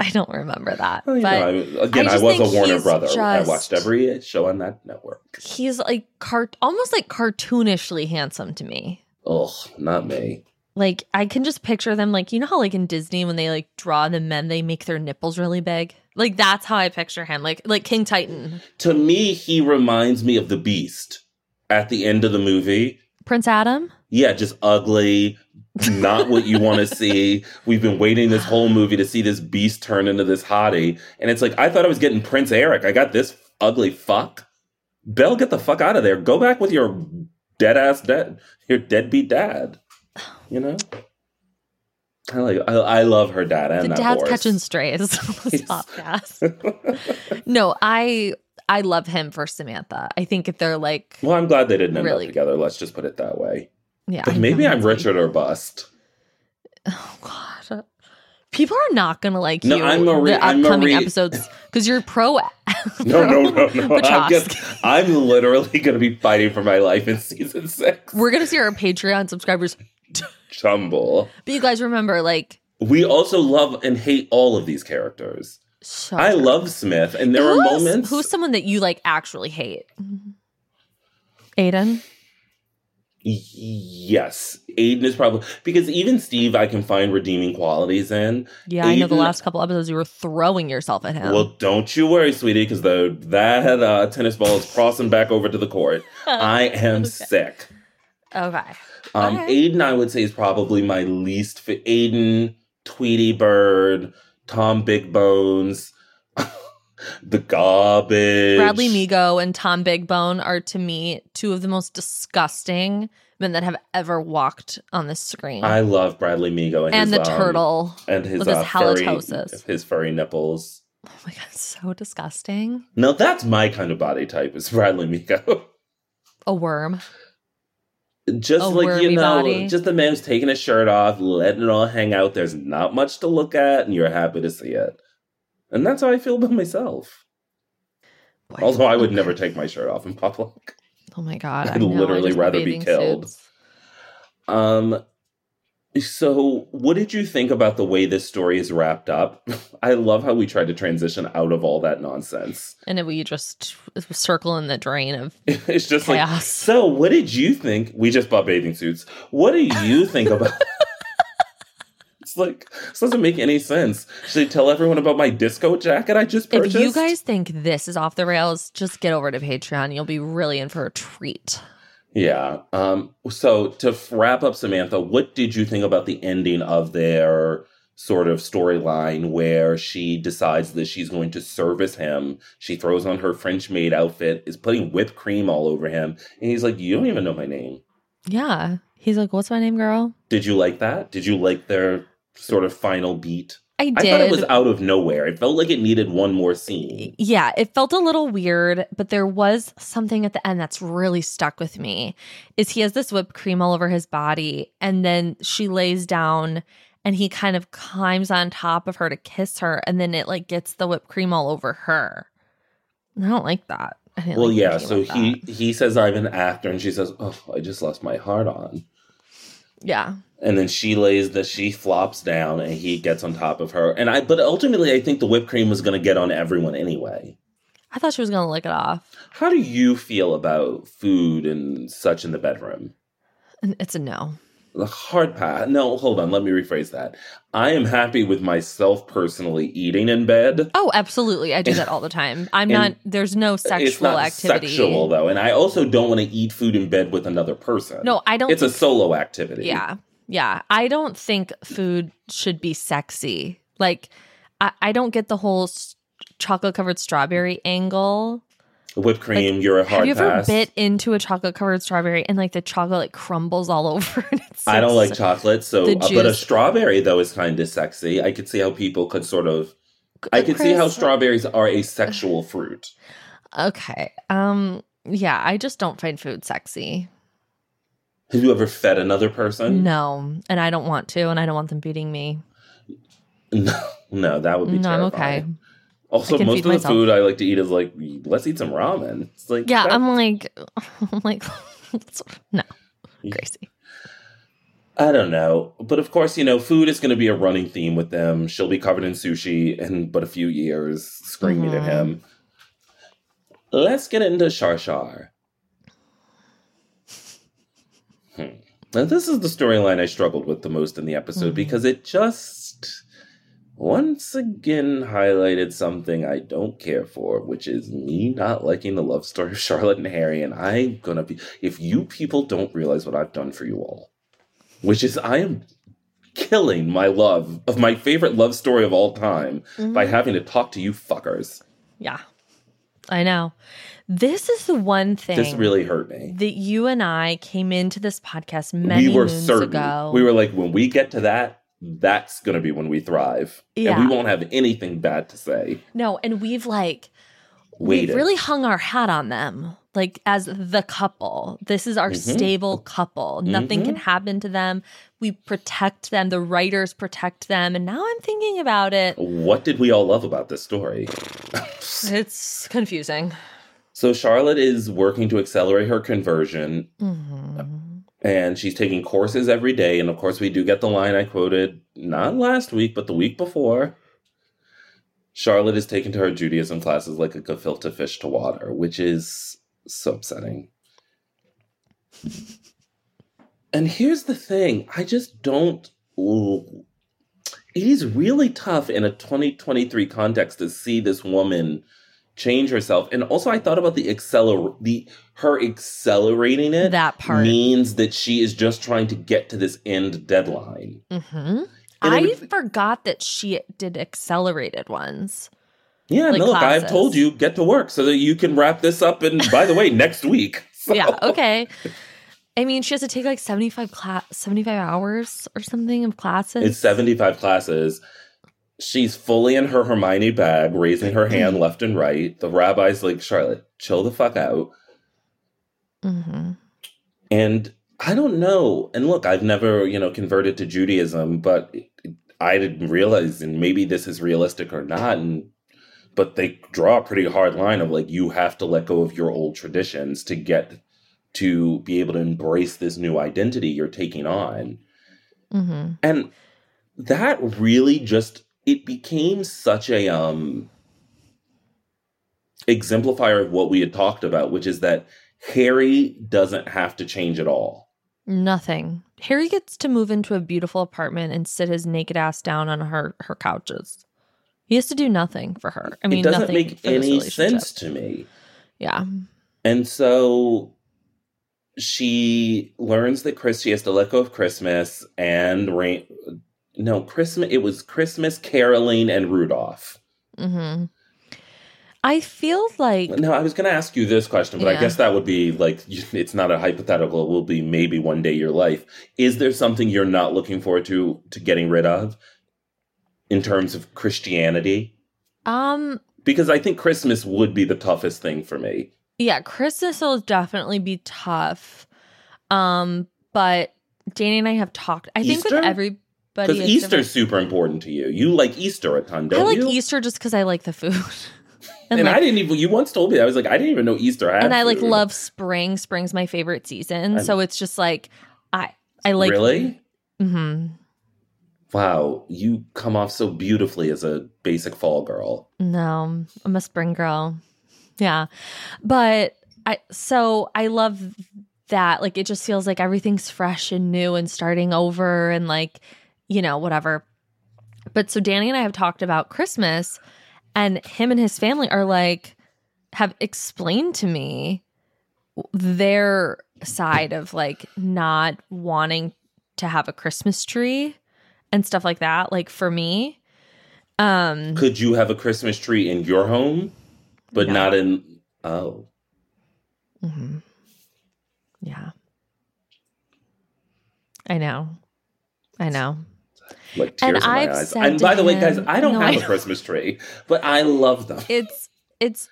S1: I don't remember that.
S2: Oh, you
S1: but
S2: know, I, again,
S1: I
S2: I,
S1: just
S2: was a
S1: think
S2: Warner
S1: he's
S2: Brother. I
S1: just-
S2: watched every show on that network.
S1: he's like cart almost like cartoonishly handsome to me.
S2: Ugh, not me.
S1: Like I can just picture them like you know how like in Disney when they like draw the men they make their nipples really big. Like that's how I picture him. Like like King Titan,
S2: To me, he reminds me of the Beast at the end of the movie.
S1: Prince Adam.
S2: Yeah, just ugly, not what you want to see. We've been waiting this whole movie to see this beast turn into this hottie. And it's like, I thought I was getting Prince Eric. I got this ugly fuck. Belle, get the fuck out of there. Go back with your dead ass dad, your deadbeat dad. You know? I like I, I love her dad and
S1: the
S2: that
S1: dad's
S2: horse.
S1: catching strays on this
S2: He's-
S1: podcast. no, I I love him for Samantha. I think if they're like,
S2: Well, I'm glad they didn't end
S1: Really.
S2: up together. Let's just put it that way.
S1: yeah,
S2: But
S1: I
S2: maybe
S1: know,
S2: I'm
S1: it's like-
S2: Richard or bust.
S1: Oh God, people are not gonna like
S2: No,
S1: you.
S2: I'm Marie-
S1: The
S2: I'm
S1: upcoming
S2: Marie.
S1: episodes because you're pro. pro
S2: No, no, no, no. I'm, just, I'm literally going to be fighting for my life in season six.
S1: We're gonna see our Patreon subscribers,
S2: Tumble.
S1: but you guys remember, like,
S2: We also love and hate all of these characters.
S1: so
S2: I love Smith, and there
S1: who's,
S2: are moments.
S1: Who's someone that you like actually hate? Mm-hmm. Aiden.
S2: Y- Yes, Aiden is probably because even Steve, I can find redeeming qualities in.
S1: Yeah, I know the
S2: Aiden-
S1: last couple episodes you were throwing yourself at him.
S2: Well, don't you worry, sweetie, because the that uh, tennis ball is crossing back over to the court. I am sick.
S1: okay.
S2: Um,
S1: Okay.
S2: Aiden, I would say, is probably my least fit. Aiden, Tweety Bird, Tom Big Bones, the garbage.
S1: Bradley Migo and Tom Bigbone are to me two of the most disgusting men that have ever walked on this screen.
S2: I love Bradley Migo and,
S1: and
S2: his,
S1: the
S2: um,
S1: turtle.
S2: and his,
S1: with his
S2: uh, furry-
S1: halitosis.
S2: his furry nipples.
S1: Oh my god, so disgusting.
S2: Now that's my kind of body type is Bradley Miko.
S1: A worm.
S2: just
S1: A
S2: like you
S1: wormy
S2: know,
S1: body.
S2: just the man who's taking his shirt off, letting it all hang out. There's not much to look at, and you're happy to see it. And that's how I feel about myself.
S1: Boy.
S2: Although I would never take my shirt off in public.
S1: Oh my god,
S2: I'd
S1: I know, I
S2: literally
S1: just love
S2: rather be
S1: bathing
S2: killed.
S1: suits.
S2: Um, so what did you think about the way this story is wrapped up? I love how we tried to transition out of all that nonsense.
S1: And then we just circle in the drain of
S2: It's just like
S1: chaos.
S2: So, what did you think? We just bought bathing suits. What do you think about? it's like this doesn't make any sense. Should I tell everyone about my disco jacket I just
S1: if
S2: purchased?
S1: you guys think this is off the rails, just get over to Patreon. You'll be really in for a treat.
S2: yeah. Um. So to f- wrap up, Samantha, what did you think about the ending of their sort of storyline where she decides that she's going to service him? She throws on her French maid outfit, is putting whipped cream all over him, and he's like, "You don't even know my name."
S1: Yeah. He's like, What's my name, girl?
S2: Did you like that? Did you like their sort of final beat?
S1: I
S2: I
S1: did.
S2: thought it was out of nowhere. It felt like it needed one more scene.
S1: yeah, it felt a little weird, but there was something at the end that's really stuck with me. Is he has this whipped cream all over his body and then she lays down and he kind of climbs on top of her to kiss her and then it like gets the whipped cream all over her. And I don't like that. I didn't
S2: Well,
S1: like
S2: yeah.
S1: anything
S2: So
S1: about
S2: he
S1: that.
S2: he says I'm an actor, and she says, "Oh, I just lost my heart on."
S1: Yeah.
S2: And then she lays that she flops down, and he gets on top of her. And I, but ultimately, I think the whipped cream was going to get on everyone anyway.
S1: I thought she was gonna lick it off.
S2: How do you feel about food and such in the bedroom?
S1: And it's a no.
S2: The hard pass. No, hold on. Let me rephrase that. I am happy with myself personally eating in bed.
S1: Oh, absolutely. I do that all the time. I'm not
S2: And
S1: there's no sexual
S2: it's not
S1: activity.
S2: sexual though, and I also don't want to eat food in bed with another person.
S1: No, I don't
S2: it's a solo activity.
S1: Yeah. Yeah. I don't think food should be sexy. Like, I, I don't get the whole chocolate covered strawberry angle.
S2: whipped cream. you're a hard
S1: Have you ever
S2: pass.
S1: bit into a chocolate covered strawberry and like the chocolate like, crumbles all over? And it's so
S2: I don't like
S1: s-
S2: chocolate, so
S1: The
S2: uh, but a
S1: juice.
S2: strawberry though is kind of sexy. I could see how people could sort of. I could see how
S1: Chris-
S2: strawberries are a sexual fruit.
S1: Okay. Um. Yeah. I just don't find food sexy.
S2: Have you ever fed another person?
S1: No, and I don't want to, and I don't want them beating me.
S2: no, no, that would be.
S1: No, I'm okay.
S2: terrifying. Also,
S1: I can
S2: most
S1: feed
S2: of the
S1: myself.
S2: food I like to eat is like, let's eat some ramen. It's like
S1: Yeah,
S2: that-
S1: I'm like, I'm like, no, Gracie.
S2: I don't know. But of course, you know, food is going to be a running theme with them. She'll be covered in sushi in but a few years, screaming
S1: Mhm.
S2: at him. Let's get into Sharshar. Hmm. Now, this is the storyline I struggled with the most in the episode
S1: Mhm.
S2: because it just once again highlighted something I don't care for, which is me not liking the love story of Charlotte and Harry. And I'm going to be, if you people don't realize what I've done for you all, which is I am killing my love of my favorite love story of all time
S1: Mm-hmm.
S2: by having to talk to you fuckers.
S1: Yeah, I know. This is the one thing.
S2: This really hurt me.
S1: that you and I came into this podcast many
S2: we were
S1: moons
S2: certain.
S1: ago.
S2: We were like, when we get to that, that's going to be when we thrive.
S1: Yeah.
S2: And we won't have anything bad to say.
S1: no, and we've like
S2: waited.
S1: We've really hung our hat on them, like as the couple. This is our
S2: Mhm.
S1: stable couple. Nothing
S2: Mm-hmm.
S1: can happen to them. We protect them. The writers protect them. And now I'm thinking about it.
S2: what did we all love about this story?
S1: It's confusing.
S2: So Charlotte is working to accelerate her conversion
S1: Mhm.
S2: and she's taking courses every day. And of course, we do get the line I quoted not last week, but the week before. Charlotte is taken to her Judaism classes like a gefilte fish to water, which is so upsetting. and here's the thing I just don't. ooh. it is really tough in a 2023 context to see this woman change herself. And also, I thought about the acceler the her accelerating it
S1: That part.
S2: means that she is just trying to get to this end deadline.
S1: hmm
S2: And it
S1: I
S2: would-
S1: forgot that she did accelerated ones.
S2: Yeah,
S1: Like
S2: no, look, I've
S1: classes.
S2: told you, get to work so that you can wrap this up. And by the way, next week. So-
S1: Yeah. Okay. I mean, she has to take like 75 class, 75 hours or something of classes.
S2: It's 75 classes. She's fully in her Hermione bag, raising her hand left and right. The rabbi's like, Charlotte, chill the fuck out.
S1: hmm
S2: And I don't know. And look, I've never, you know, converted to Judaism, but I didn't realize, and maybe this is realistic or not. And but they draw a pretty hard line of like you have to let go of your old traditions to get to be able to embrace this new identity you're taking on.
S1: hmm
S2: And that really just it became such a um exemplifier of what we had talked about, which is that Harry doesn't have to change at all.
S1: Nothing. Harry gets to move into a beautiful apartment and sit his naked ass down on her her couches. He has to do nothing for her. I mean,
S2: it doesn't
S1: nothing
S2: make
S1: for this
S2: any
S1: relationship.
S2: sense to me.
S1: Yeah.
S2: And so she learns that Chris she has to let go of Christmas and rain. No, Christmas. It was Christmas, Caroline, and Rudolph.
S1: hmm I feel like
S2: No, I was going to ask you this question, but I
S1: Yeah.
S2: guess that would be like it's not a hypothetical. It will be maybe one day your life. Is there something you're not looking forward to to getting rid of in terms of Christianity?
S1: um
S2: Because I think Christmas would be the toughest thing for me.
S1: yeah, Christmas will definitely be tough. Um, but Danny and I have talked. I think
S2: Easter?
S1: with everybody
S2: Because
S1: it's
S2: Easter's
S1: different.
S2: super important to you. You like Easter a ton, don't
S1: I like
S2: you?
S1: Easter just because I like the food.
S2: and
S1: like,
S2: I didn't even. You once told me that. I was like, I didn't even know Easter had.
S1: and I like
S2: food.
S1: love spring. Spring's my favorite season.
S2: I'm-
S1: so it's just like I I like
S2: really.
S1: hmm
S2: Wow, you come off so beautifully as a basic fall girl.
S1: No, I'm a spring girl. Yeah. But I so I love that. Like it just feels like everything's fresh and new and starting over and like, you know, whatever. But so Danny and I have talked about Christmas and him and his family are like have explained to me their side of like not wanting to have a Christmas tree and stuff like that like for me um
S2: Could you have a Christmas tree in your home, but
S1: No.
S2: not in? Oh,
S1: hmm Yeah. I know. I know.
S2: like tears
S1: And
S2: in my
S1: I've
S2: eyes.
S1: said
S2: And
S1: to
S2: by the way, guys,
S1: him-
S2: I don't
S1: No, I
S2: have a
S1: know.
S2: Christmas tree, but I love them.
S1: It's it's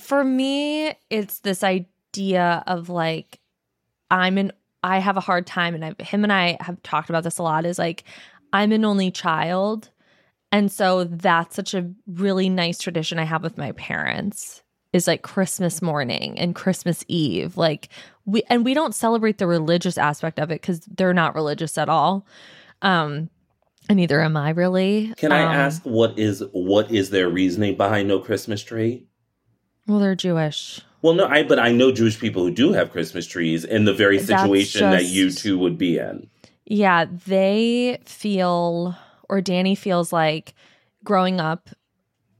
S1: for me it's this idea of like I'm an I have a hard time and I him and I have talked about this a lot is like I'm an only child and so that's such a really nice tradition I have with my parents is like Christmas morning and Christmas Eve like we and we don't celebrate the religious aspect of it cuz they're not religious at all um and neither am I really
S2: Can I
S1: Um,
S2: ask what is what is their reasoning behind no Christmas tree?
S1: well they're Jewish
S2: Well, no, I but I know Jewish people who do have Christmas trees in the very
S1: That's
S2: situation that you
S1: just-
S2: two would be in.
S1: Yeah, they feel, or Danny feels like growing up,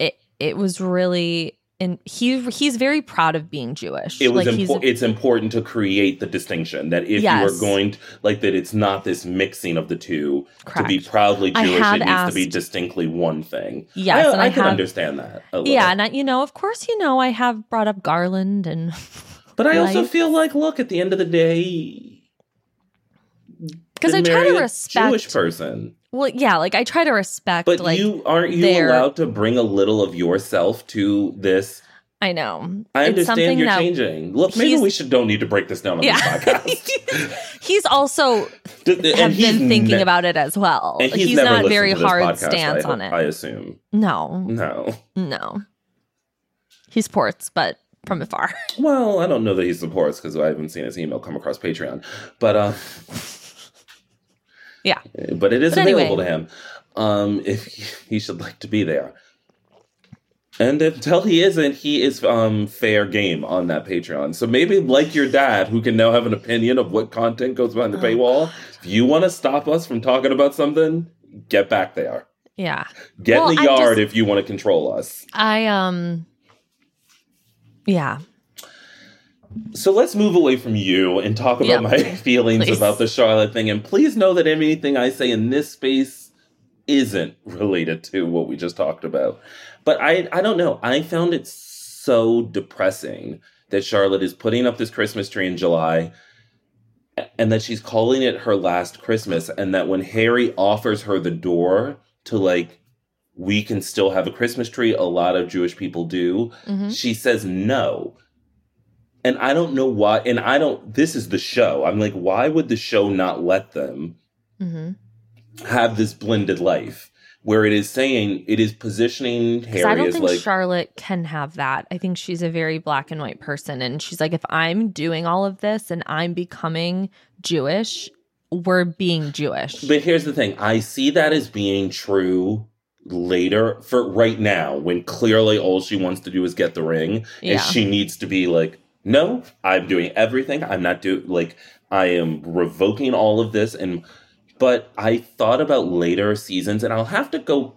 S1: it it was really, and he he's very proud of being Jewish.
S2: It was
S1: like
S2: impor- it's important to create the distinction that if you
S1: Yes.
S2: are going to, like that it's not this mixing of the two
S1: correct.
S2: to be proudly
S1: I
S2: Jewish
S1: have
S2: it needs to be
S1: asked-
S2: distinctly one thing.
S1: Yes,
S2: I,
S1: and
S2: I,
S1: I
S2: can
S1: have-
S2: understand that. a little.
S1: yeah, and I, you know, of course, you know, I have brought up Garland and
S2: but I also
S1: Right.
S2: feel like look at the end of the day
S1: because I
S2: then
S1: try
S2: marry
S1: to
S2: a
S1: respect.
S2: Jewish person.
S1: Well, yeah, like I try to respect.
S2: But
S1: like
S2: you aren't you
S1: their-
S2: allowed to bring a little of yourself to this
S1: I know.
S2: I
S1: It's
S2: understand
S1: something
S2: you're
S1: that-
S2: changing. Look, maybe
S1: he's-
S2: we should don't need to break this down on
S1: Yeah.
S2: this podcast.
S1: He's also
S2: D- d-
S1: have
S2: and he's
S1: been thinking
S2: ne-
S1: about it as well.
S2: And he's, never
S1: not
S2: listened
S1: very
S2: to this
S1: hard
S2: podcast,
S1: stance
S2: I,
S1: on
S2: I
S1: it.
S2: assume
S1: No,
S2: no.
S1: no. He supports, but from afar.
S2: Well, I don't know that he supports because I haven't seen his email come across Patreon, but uh,
S1: Yeah.
S2: but it is
S1: But anyway.
S2: available to him um, if he should like to be there. And until he isn't, he is um, fair game on that Patreon. So maybe, like your dad, who can now have an opinion of what content goes behind the
S1: Oh,
S2: paywall, if you want to stop us from talking about something, get back there.
S1: Yeah.
S2: Get
S1: Well,
S2: in the
S1: I'm
S2: yard
S1: just-
S2: if you want to control us.
S1: I um yeah.
S2: So let's move away from you and talk about
S1: Yeah.
S2: my feelings
S1: Please.
S2: about the Charlotte thing. And please know that anything I say in this space isn't related to what we just talked about. But I, I don't know. I found it so depressing that Charlotte is putting up this Christmas tree in July and that she's calling it her last Christmas. And that when Harry offers her the door to, like, we can still have a Christmas tree, a lot of Jewish people do,
S1: Mhm.
S2: she says no and i don't know why and i don't this is the show i'm like why would the show not let them
S1: Mhm.
S2: have this blended life where it is saying it is positioning
S1: 'Cause I
S2: harry
S1: don't
S2: as
S1: think
S2: like
S1: Charlotte can have that. I think she's a very black and white person and she's like if I'm doing all of this and I'm becoming Jewish, we're being Jewish.
S2: but here's the thing i see that as being true later for right now when clearly all she wants to do is get the ring
S1: yeah.
S2: and she needs to be like no i'm doing everything i'm not doing like i am revoking all of this and but i thought about later seasons and i'll have to go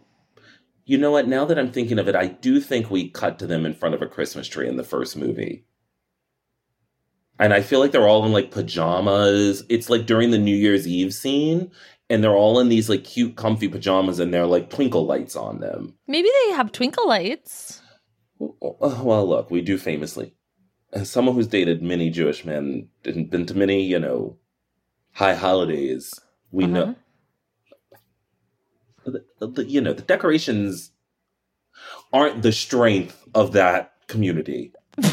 S2: you know what now that i'm thinking of it i do think we cut to them in front of a christmas tree in the first movie and i feel like they're all in like pajamas it's like during the new year's eve scene and they're all in these like cute comfy pajamas and they're like twinkle lights on them
S1: Maybe they have twinkle lights.
S2: uh, Well, look, we do famously. As someone who's dated many Jewish men and been to many, you know, high holidays, we
S1: Uh-huh.
S2: know, the, the- you know, the decorations aren't the strength of that community.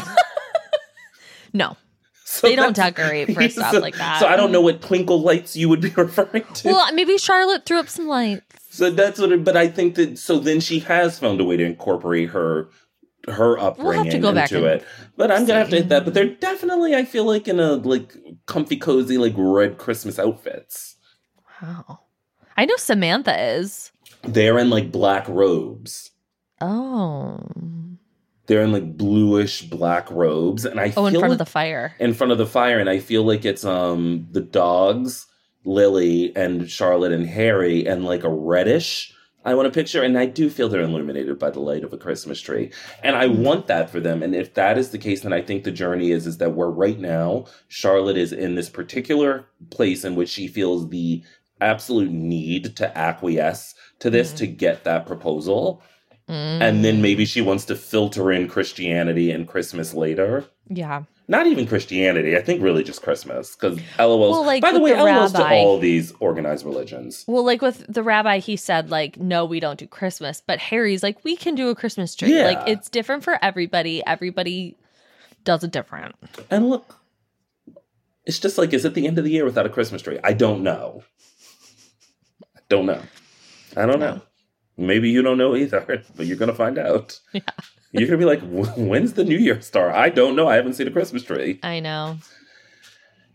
S1: No.
S2: So
S1: They don't
S2: that's-
S1: decorate for stuff
S2: so-
S1: like that. Mm-hmm.
S2: So I don't know what twinkle lights you would be referring to.
S1: Well, maybe Charlotte threw up some lights.
S2: so that's what. It, but I think that so then she has found a way to incorporate her her upbringing
S1: go back
S2: into
S1: and
S2: it. But I'm gonna have to
S1: see.
S2: hit that. But they're definitely, I feel like, in a like comfy, cozy, like red Christmas outfits.
S1: Wow. Oh. I know Samantha is.
S2: They're in like black robes.
S1: Oh.
S2: They're in like bluish black robes, and I
S1: Oh, in
S2: feel
S1: front of the
S2: like-
S1: fire.
S2: in front of the fire, and I feel like it's um the dogs, Lily and Charlotte and Harry, and like a reddish. I want a picture, and I do feel they're illuminated by the light of a Christmas tree, and I want that for them. And if that is the case, then I think the journey is is that we're right now. Charlotte is in this particular place in which she feels the absolute need to acquiesce to this
S1: Mhm.
S2: to get that proposal,
S1: Mm.
S2: and then maybe she wants to filter in Christianity and Christmas later
S1: Yeah.
S2: not even Christianity. I think really just Christmas because LOLs.
S1: Well, like
S2: by the
S1: with
S2: way,
S1: the
S2: LOLs
S1: rabbi.
S2: to all these organized religions.
S1: Well, like with the rabbi, he said, like, no, we don't do Christmas. But Harry's like, we can do a Christmas tree.
S2: Yeah.
S1: Like, it's different for everybody. Everybody does it different.
S2: And look, it's just like is it the end of the year without a Christmas tree? I don't know. I don't know. I don't know. Maybe you don't know either, but you're gonna find out.
S1: Yeah.
S2: You're gonna be like, "Wh- when's the New Year star? I don't know. I haven't seen a Christmas tree.
S1: I know.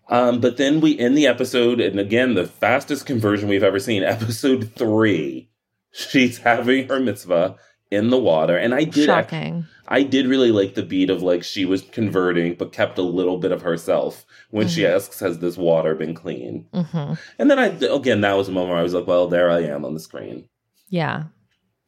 S2: Um, but then we end the episode, and again, the fastest conversion we've ever seen. Episode three, she's having her mitzvah in the water, and I did, act-
S1: Shocking.
S2: I did really like the beat of like she was converting, but kept a little bit of herself when she
S1: Mm-hmm.
S2: asks, "Has this water been clean?"
S1: hmm
S2: And then I, again, that was a moment where I was like, "Well, there I am on the screen."
S1: Yeah.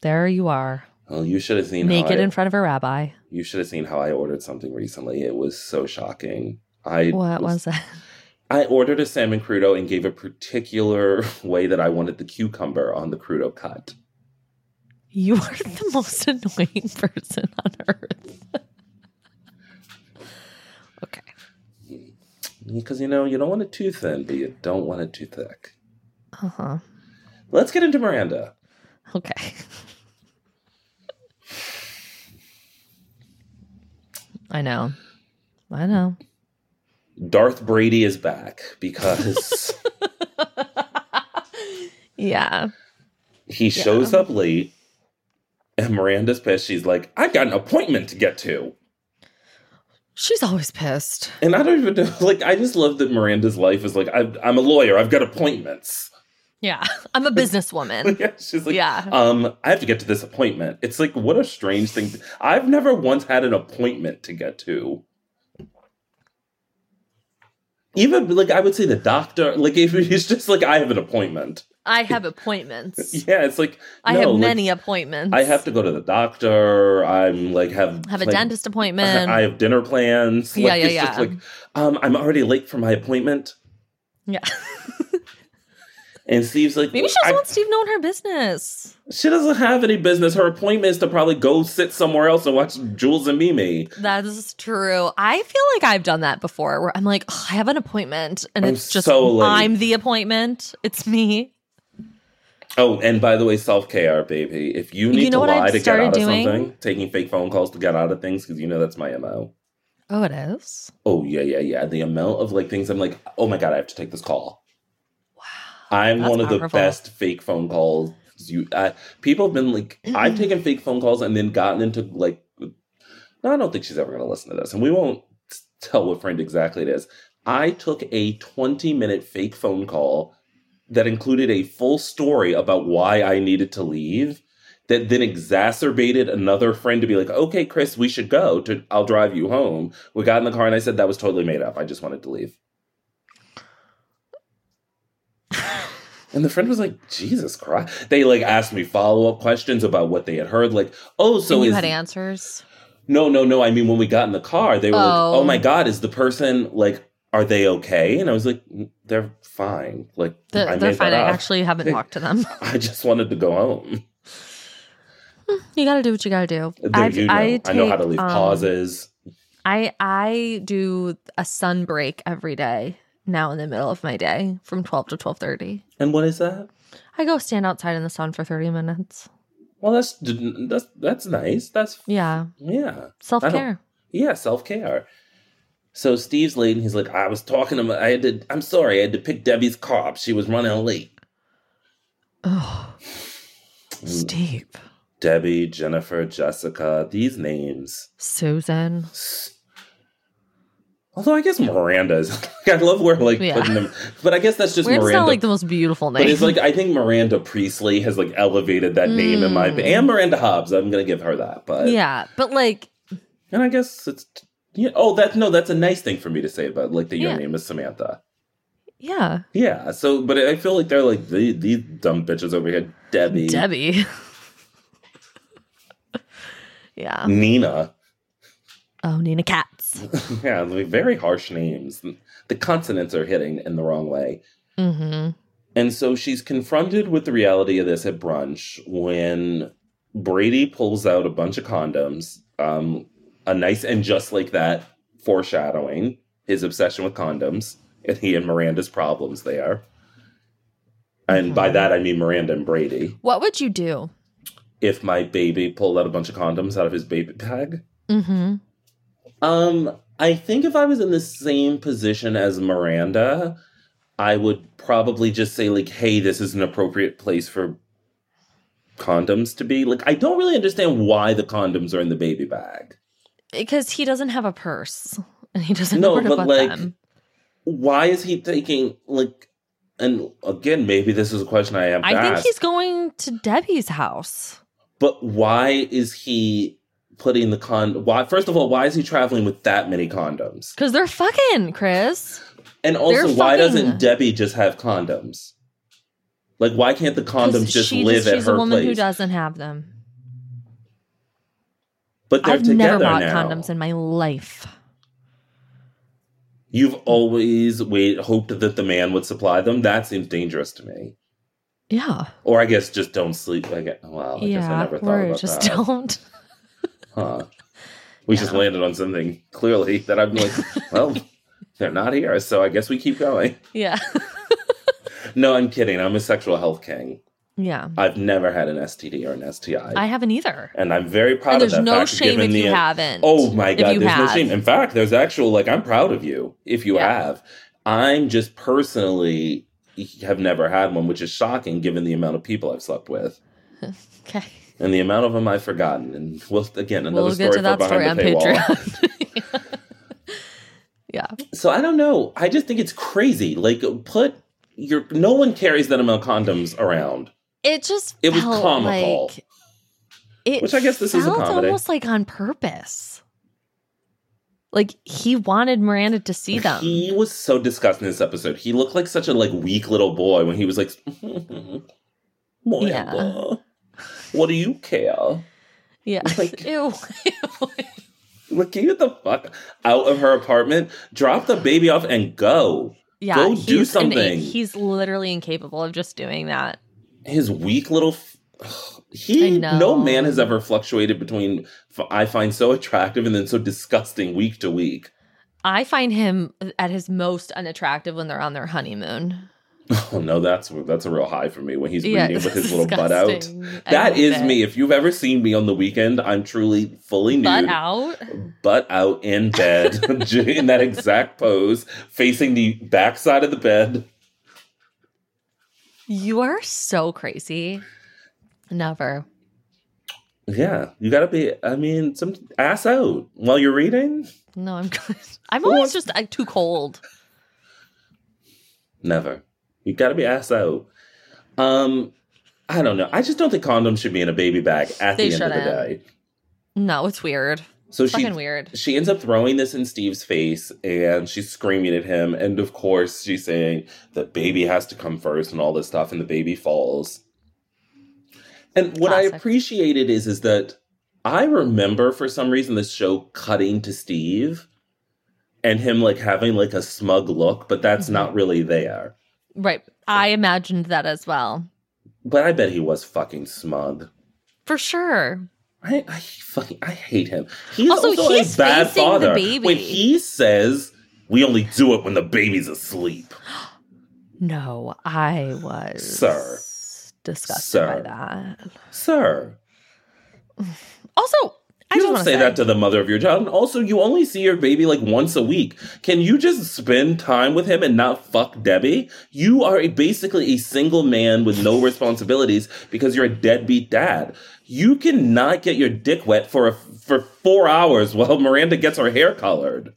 S1: There you are.
S2: Well, you should have seen how
S1: Naked
S2: I-
S1: in front of a rabbi.
S2: you should have seen how I ordered something recently. It was so shocking. I
S1: What was that?
S2: I ordered a salmon crudo and gave a particular way that I wanted the cucumber on the crudo cut.
S1: You are the most annoying person on earth. okay.
S2: Because, you know, you don't want it too thin, but you don't want it too thick.
S1: Uh
S2: Uh-huh.
S1: huh.
S2: Let's get into Miranda.
S1: Okay. I know. I know.
S2: Darth Brady is back because
S1: Yeah.
S2: he shows up late and Miranda's pissed. She's like, I've got an appointment to get to.
S1: She's always pissed.
S2: And I don't even know. Like, I just love that Miranda's life is like, I'm, I'm a lawyer. I've got appointments.
S1: Yeah. I'm a businesswoman.
S2: yeah, she's like,
S1: Yeah.
S2: um, I have to get to this appointment. It's like, what a strange thing. I've never once had an appointment to get to. Even like I would say the doctor, like if he's just like I have an appointment.
S1: I have appointments.
S2: Yeah, it's like
S1: I
S2: no,
S1: have
S2: like,
S1: many appointments.
S2: I have to go to the doctor. I'm like have
S1: I have a
S2: like,
S1: dentist appointment.
S2: I have dinner plans.
S1: Yeah,
S2: Like,
S1: yeah,
S2: it's Just
S1: yeah.
S2: like um, I'm already late for my appointment,
S1: yeah.
S2: and Steve's like,
S1: Maybe she just
S2: "I-
S1: wants Steve knowing her business.
S2: She doesn't have any business. Her appointment is to probably go sit somewhere else and watch Jules and Mimi.
S1: That is true. I feel like I've done that before where I'm like, "Ugh, I have an appointment and
S2: I'm
S1: it's just
S2: so late.
S1: I'm the appointment. It's me.
S2: Oh, and by the way, self care, baby. If you need
S1: know
S2: to
S1: what
S2: lie
S1: I've
S2: to get
S1: started
S2: out
S1: doing?
S2: of something, taking fake phone calls to get out of things, because you know that's my mo.
S1: Oh, it is.
S2: Oh yeah, yeah, yeah. The amount of like things I'm like, oh my god, I have to take this call. Wow, I'm
S1: that's
S2: one of
S1: powerful.
S2: the best fake phone calls. You uh, people have been like, I've taken fake phone calls and then gotten into like. No, I don't think she's ever going to listen to this, and we won't t- tell what friend exactly it is. I took a 20 minute fake phone call that included a full story about why I needed to leave. That then exacerbated another friend to be like, "Okay, Chris, we should go. To I'll drive you home." We got in the car and I said that was totally made up. I just wanted to leave. and the friend was like, Jesus Christ. They like asked me follow up questions about what they had heard. Like, oh, so
S1: and you
S2: is
S1: had answers.
S2: no, no, no. I mean, when we got in the car, they were
S1: Oh.
S2: like, oh my God, is the person like, are they okay? And I was like, "N- they're fine. Like,
S1: The,
S2: I
S1: they're
S2: made
S1: fine. I
S2: that up.
S1: actually haven't talked to them.
S2: I just wanted to go home.
S1: You got to do what you got to do.
S2: There
S1: I've-
S2: you know. I, know how to
S1: take,
S2: leave
S1: um,
S2: pauses.
S1: I I do a sun break every day now in the middle of my day from 12 to 12:30.
S2: And what is that?
S1: I go stand outside in the sun for 30 minutes.
S2: Well, that's that's that's nice. That's
S1: Yeah,
S2: yeah.
S1: self-care.
S2: Yeah, self care. So Steve's late, and he's like, "I was talking to. My, I had to. I'm sorry, I had to pick Debbie's car up. She was running late."
S1: Oh.
S2: Mm.
S1: Steve,
S2: Debbie, Jennifer, Jessica. These names.
S1: Susan.
S2: Although I guess Miranda's. I love where like
S1: Yeah.
S2: putting them, but I guess that's just
S1: Miranda's
S2: Miranda.
S1: not like the most beautiful name.
S2: but it's like I think Miranda Priestley has like elevated that name in my and Miranda Hobbs. I'm gonna give her that, but
S1: Hmm. yeah, but like
S2: and I guess it's yeah. Oh, that no, that's a nice thing for me to say about like that your
S1: Yeah.
S2: name is Samantha.
S1: yeah,
S2: Yeah. So, but I feel like they're like the, these dumb bitches over here. Debbie,
S1: Debbie.
S2: Mm.
S1: yeah.
S2: Nina.
S1: Oh, Nina Katz.
S2: Yeah, like very harsh names. The consonants are hitting in the wrong way.
S1: Mm-hmm.
S2: And so she's confronted with the reality of this at brunch when Brady pulls out a bunch of condoms. Um, a nice and just like that foreshadowing his obsession with condoms and he and Miranda's problems there. And by that I mean Miranda and Brady.
S1: What would you do?
S2: if my baby pulled out a bunch of condoms out of his baby bag.
S1: Mm-hmm.
S2: Um, I think if I was in the same position as Miranda, I would probably just say like, "Hey, this is an appropriate place for condoms to be." Like, I don't really understand why the condoms are in the baby bag.
S1: because he doesn't have a purse and he doesn't know
S2: No,
S1: where to
S2: but,
S1: put
S2: like,
S1: them.
S2: Why is he taking like? And again, maybe this is a question I have. To
S1: I think
S2: ask.
S1: he's going to Debbie's house.
S2: But why is he putting the con? Why first of all, why is he traveling with that many condoms?
S1: Because they're fucking, Chris.
S2: And
S1: They're
S2: also,
S1: fucking-
S2: why doesn't Debbie just have condoms? Like, why can't the
S1: 'Cause
S2: condoms just
S1: she
S2: live at
S1: she's
S2: her
S1: a woman
S2: place?
S1: who doesn't have them.
S2: But they're
S1: I've never
S2: together
S1: bought
S2: now.
S1: condoms in my life.
S2: You've always wait hoped that the man would supply them. That seems dangerous to me.
S1: Yeah.
S2: Or I guess just don't sleep. Like, it- well, Oh, I guess I
S1: yeah.
S2: never thought
S1: Or
S2: about
S1: just
S2: that.
S1: don't.
S2: Huh. We just landed on something clearly that I'm like, well, they're not here, so I guess we keep going.
S1: Yeah.
S2: No, I'm kidding. I'm a sexual health king.
S1: Yeah.
S2: I've never had an STD or an STI.
S1: I haven't either.
S2: and I'm very proud
S1: And
S2: of
S1: there's
S2: that
S1: no
S2: fact,
S1: shame
S2: given
S1: if you
S2: the-
S1: haven't.
S2: Oh my
S1: if
S2: god,
S1: you
S2: there's no
S1: have.
S2: shame. In fact, there's actual like I'm proud of you if you
S1: Yeah.
S2: have. I'm just personally have never had one, which is shocking given the amount of people I've slept with
S1: Okay.
S2: and the amount of them I've forgotten. And well, again, another
S1: We'll
S2: story
S1: get to
S2: for
S1: that story on
S2: behind the paywall.
S1: Patreon. yeah.
S2: So I don't know. I just think it's crazy. Like put your no one carries that amount of condoms around.
S1: It just
S2: It was
S1: felt
S2: comical.
S1: like it
S2: Which I guess this is a
S1: felt
S2: comedy.
S1: almost like on purpose. Like he wanted Miranda to see them.
S2: He was so disgusting in this episode. He looked like such a like weak little boy when he was like, Miranda, what do you care?
S1: yeah.
S2: like-
S1: Ew.
S2: Like, can you get the fuck out of her apartment? Drop the baby off and go.
S1: yeah.
S2: Go do
S1: he's an-
S2: something.
S1: he's literally incapable of just doing that.
S2: His weak little. F- he
S1: I know.
S2: no man has ever fluctuated between f- I find so attractive and then so disgusting week to week.
S1: I find him at his most unattractive when they're on their honeymoon.
S2: Oh no, that's that's a real high for me when he's
S1: Yeah,
S2: reading with
S1: it's
S2: his little butt out.
S1: disgusting. I
S2: That
S1: love
S2: is
S1: it.
S2: me. If you've ever seen me on the weekend, I'm truly fully nude.
S1: Butt out.
S2: butt out in bed in that exact pose, facing the backside of the bed.
S1: You are so crazy. Never.
S2: Yeah, you gotta be. I mean, some ass out while you're reading.
S1: No, I'm good. I'm
S2: Who
S1: always
S2: wants-
S1: just like, too cold.
S2: Never. You gotta be ass out. Um, I don't know. I just don't think condoms should be in a baby bag at
S1: They
S2: the end of the
S1: shouldn't.
S2: day.
S1: No, it's weird.
S2: So
S1: It's
S2: she
S1: Fucking weird.
S2: she ends up throwing this in Steve's face and she's screaming at him. And of course, she's saying the baby has to come first and all this stuff, and the baby falls. And what
S1: Classic.
S2: I appreciated is is that I remember for some reason this show cutting to Steve and him like having like a smug look, but that's not really there.
S1: Right. I imagined that as well.
S2: But I bet he was fucking smug.
S1: For sure.
S2: I, I fucking I hate him. He's
S1: Also,
S2: also,
S1: he's
S2: a bad
S1: facing the
S2: father.
S1: baby.
S2: When he says we only do it when the baby's asleep.
S1: No, I was
S2: Sir.
S1: disgusted by
S2: Sir.
S1: that.
S2: Sir.
S1: Also, I
S2: You
S1: just
S2: don't
S1: want
S2: say, that to the mother of your child. And also you only see your baby like once a week. Can you just spend time with him and not fuck Debbie? You are a, basically a single man with no responsibilities because you're a deadbeat dad. You cannot get your dick wet for a, for four hours while Miranda gets her hair colored.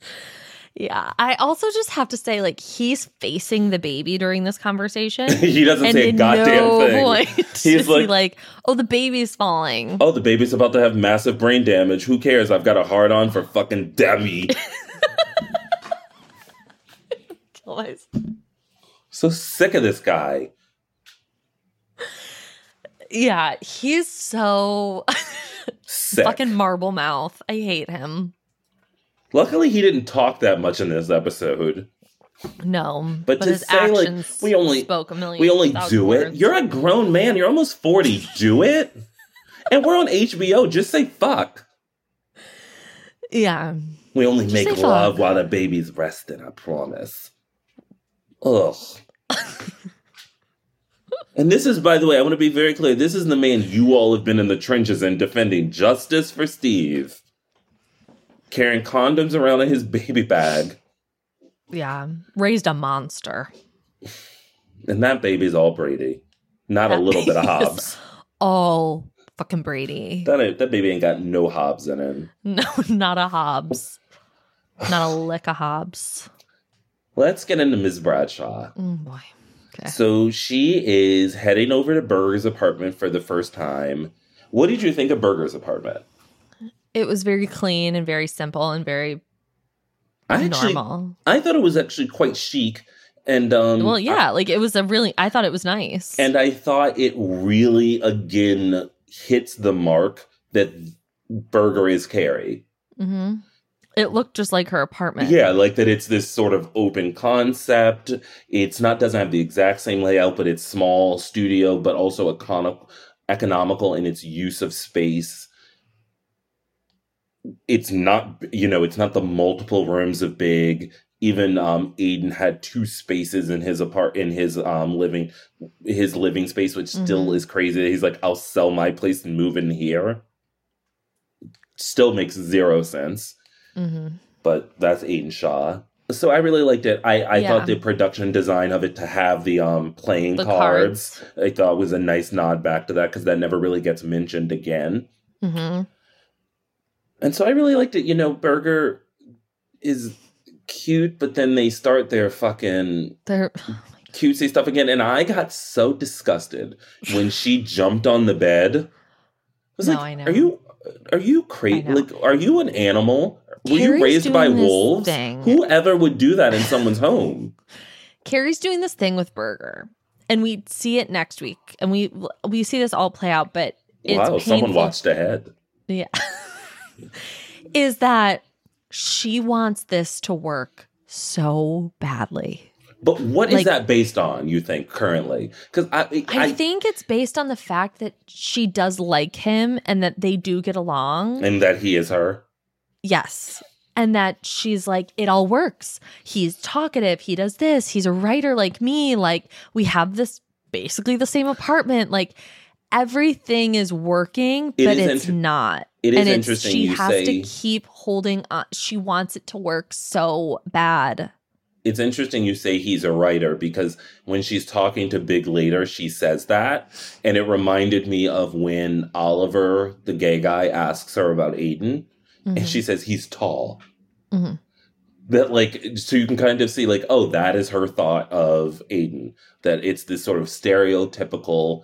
S1: Yeah. I also just have to say, like, he's facing the baby during this conversation.
S2: he doesn't
S1: and
S2: say a
S1: in
S2: goddamn
S1: no
S2: thing.
S1: point
S2: He's
S1: is he
S2: like-
S1: like, oh, the baby's falling.
S2: Oh, the baby's about to have massive brain damage. Who cares? I've got a hard on for fucking Debbie.
S1: Kill myself.
S2: so sick of this guy.
S1: Yeah, he's so
S2: Sick.
S1: fucking marble mouth. I hate him.
S2: Luckily, he didn't talk that much in this episode.
S1: No,
S2: But to
S1: his
S2: say, like,
S1: actions
S2: we only-
S1: spoke a million.
S2: We only
S1: thousand
S2: do it.
S1: words.
S2: You're a grown man. You're almost 40. Do it. And we're on HBO. Just say fuck.
S1: yeah.
S2: We only
S1: Just
S2: make
S1: say
S2: love
S1: fuck.
S2: while the baby's resting, I promise. Ugh. and this is, by the way, I want to be very clear. This is the man you all have been in the trenches and defending justice for Steve, carrying condoms around in his baby bag.
S1: Yeah, raised a monster.
S2: And that baby's all Brady, not
S1: That
S2: a little bit of
S1: baby is-
S2: Hobbs.
S1: All fucking Brady.
S2: That, ain't- that baby ain't got no Hobbs in him.
S1: No, not a Hobbs. Not a lick of Hobbs.
S2: Let's get into Ms. Bradshaw.
S1: Oh boy. Okay.
S2: So she is heading over to Burger's apartment for the first time. What did you think of Burger's apartment?
S1: It was very clean and very simple and very
S2: I actually,
S1: normal.
S2: I thought it was actually quite chic, and um,
S1: Well, yeah, like it was a really. I thought it was nice.
S2: and I thought it really again hits the mark that Burger is Carrie.
S1: hmm it looked just like her apartment.
S2: Yeah, like that it's this sort of open concept. It's not doesn't have the exact same layout, but it's small studio, but also econo- economical in its use of space. It's not you know, it's not the multiple rooms of big. even um, Aiden had two spaces in his apart in his um, living his living space, which still is crazy. He's like, I'll sell my place and move in here. Still makes zero sense,
S1: hmm
S2: but that's Aiden Shaw. So I really liked it. I, I
S1: Yeah.
S2: thought the production design of it to have the um playing
S1: The
S2: cards,
S1: cards.
S2: I thought was a nice nod back to that because that never really gets mentioned again.
S1: hmm
S2: And so I really liked it. You know, Burger is cute, but then they start their fucking
S1: They're
S2: cutesy stuff again. And I got so disgusted when she jumped on the bed. I was
S1: No,
S2: like,
S1: I know.
S2: Are you are you
S1: I
S2: crazy?
S1: know.
S2: Like, are you an animal? Were
S1: Carrie's
S2: you raised
S1: doing
S2: by
S1: this
S2: wolves?
S1: thing.
S2: Whoever would do that in someone's home?
S1: Carrie's doing this thing with Burger, and we see it next week, and we we see this all play out. But it's
S2: wow, someone
S1: painful.
S2: watched ahead.
S1: Yeah, is that she wants this to work so badly?
S2: But what is
S1: Like-
S2: that based on? You think currently? Because I, I,
S1: I, think it's based on the fact that she does like him and that they do get along.
S2: and that he is her.
S1: Yes. And that she's like, it all works. He's talkative. He does this. He's a writer like me. Like, we have this basically the same apartment. Like, everything is working,
S2: It
S1: but
S2: is
S1: it's
S2: inter-
S1: not.
S2: It is
S1: and it's,
S2: interesting.
S1: she
S2: you
S1: has
S2: say
S1: to keep holding on. She wants it to work so bad.
S2: it's interesting you say he's a writer because when she's talking to Big later, she says that. And it reminded me of when Oliver, the gay guy, asks her about Aiden
S1: Mm-hmm.
S2: and she says he's tall.
S1: Mhm.
S2: That, like, so you can kind of see, like, oh, that is her thought of Aiden, that it's this sort of stereotypical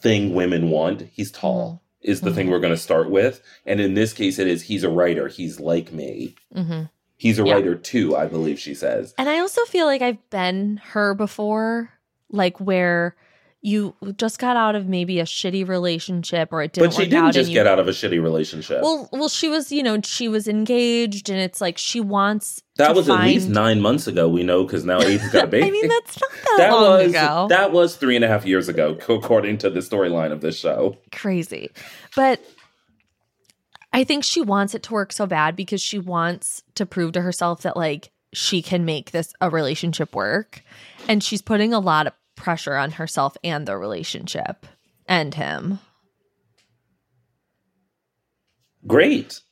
S2: thing women want. He's tall. Is the thing we're going to start with. And in this case, it is he's a writer. He's like me.
S1: Mhm.
S2: He's a
S1: Yeah.
S2: writer too, I believe she says.
S1: And I also feel like I've been her before, like where you just got out of maybe a shitty relationship or it didn't
S2: but she
S1: work
S2: didn't
S1: out
S2: just
S1: and you
S2: get out of a shitty relationship.
S1: Well, well, she was, you know, she was engaged, and it's like she wants.
S2: that
S1: to
S2: was at least
S1: find-
S2: nine months ago. We know because now Aiden's got a baby.
S1: I mean, that's not that,
S2: that
S1: long
S2: was
S1: ago.
S2: that was three and a half years ago, co- according to the storyline of this show.
S1: Crazy, but I think she wants it to work so bad because she wants to prove to herself that like she can make this a relationship work, and she's putting a lot of pressure on herself and the relationship and him.
S2: Great.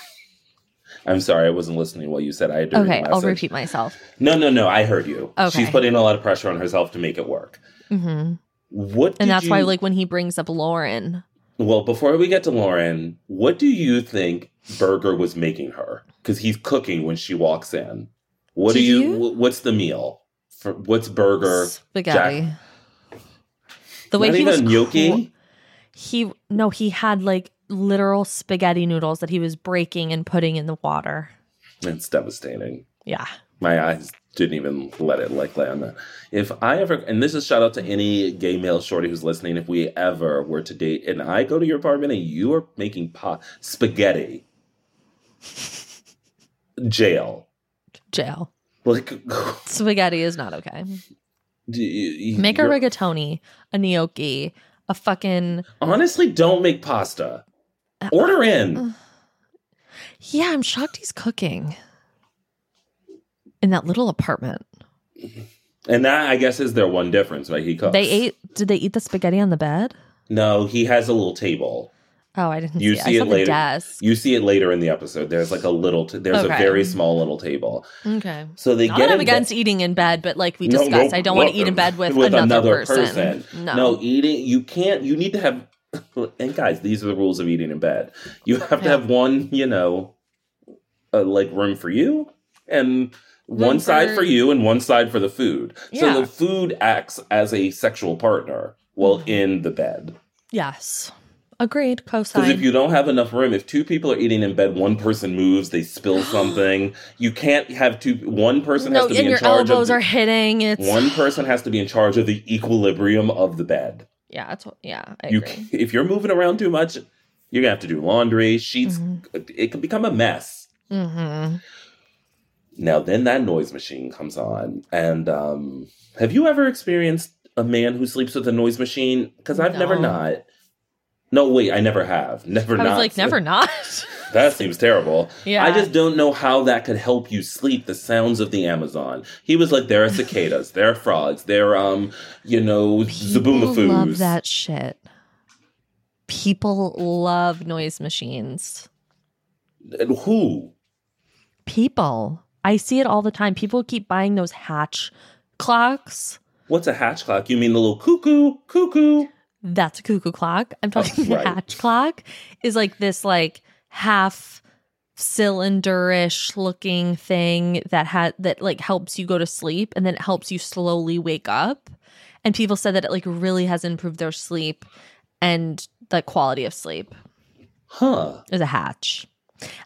S2: I'm sorry, I wasn't listening while you said I had to read
S1: Okay,
S2: the
S1: I'll
S2: message.
S1: repeat myself.
S2: No, no, no. I heard you.
S1: Okay.
S2: She's putting a lot of pressure on herself to make it work.
S1: hmm
S2: What? did
S1: And that's
S2: you-
S1: why, like, when he brings up Lauren,
S2: Well, before we get to Lauren, what do you think Berger was making her? Because he's cooking when she walks in. What
S1: Do
S2: do, you,
S1: you?
S2: wh- What's the meal? For, what's Berger?
S1: spaghetti. The way
S2: Not
S1: he was
S2: even
S1: cr-
S2: gnocchi.
S1: He no, he had like literal spaghetti noodles that he was breaking and putting in the water.
S2: It's devastating.
S1: Yeah.
S2: My eyes didn't even let it like lay on that. If I ever, and this is shout out to any gay male shorty who's listening, if we ever were to date, and I go to your apartment and you are making pot spaghetti, jail.
S1: Jail.
S2: Like,
S1: Spaghetti is not okay.
S2: do you-
S1: Make a
S2: you're-
S1: rigatoni, a gnocchi, a fucking uh,
S2: Honestly, don't make pasta. Order in.
S1: Yeah, I'm shocked he's cooking. In that little apartment.
S2: And that, I guess, is their one difference, right? He cooks.
S1: They ate did they eat the spaghetti on the bed?
S2: No, he has a little table.
S1: Oh, I didn't
S2: You
S1: see,
S2: see
S1: it. I
S2: it
S1: saw the
S2: later.
S1: desk.
S2: You see it later in the episode. There's like a little, t- there's
S1: Okay.
S2: a very small little table.
S1: Okay.
S2: So they
S1: Not
S2: get
S1: that I'm
S2: in
S1: against
S2: bed-
S1: eating in bed, but like we
S2: No,
S1: discussed,
S2: no,
S1: I don't want to
S2: look,
S1: eat in bed with,
S2: with
S1: another,
S2: another
S1: person.
S2: person. No, eating. You can't. You need to have. And guys, these are the rules of eating in bed. You have to
S1: Yeah.
S2: have one, you know, uh, like room for you and one side
S1: for-
S2: for you and one side for the food.
S1: Yeah.
S2: So the food acts as a sexual partner while
S1: Mm-hmm.
S2: in the bed.
S1: Yes. Agreed.
S2: Because
S1: Cosine.
S2: if you don't have enough room, if two people are eating in bed, one person moves, they spill something. You can't have two. One person
S1: no,
S2: has to be
S1: and
S2: in
S1: your
S2: charge
S1: elbows
S2: of. the-
S1: are hitting. It's
S2: one person has to be in charge of the equilibrium of the bed.
S1: yeah, it's yeah. I
S2: You,
S1: agree.
S2: c- if you're moving around too much, you're gonna have to do laundry, sheets.
S1: Mm-hmm.
S2: It can become a mess.
S1: hmm
S2: Now, then that noise machine comes on, and um, have you ever experienced a man who sleeps with a noise machine? Because I've never
S1: No.
S2: not. No, wait, I never have. Never
S1: I
S2: not.
S1: was like, never not.
S2: That seems terrible.
S1: Yeah.
S2: I just don't know how that could help you sleep. The sounds of the Amazon. He was like, there are cicadas, there are frogs, there are um, you know,
S1: People
S2: zaboomafoo.
S1: love that shit. People love noise machines.
S2: Who?
S1: People. I see it all the time. People keep buying those hatch clocks.
S2: What's a hatch clock? You mean the little cuckoo, cuckoo?
S1: That's a cuckoo clock. I'm talking
S2: right.
S1: the hatch clock is like this like half cylinderish looking thing that had that like helps you go to sleep and then it helps you slowly wake up. And people said that it like really has improved their sleep and the quality of sleep.
S2: Huh.
S1: There's a hatch.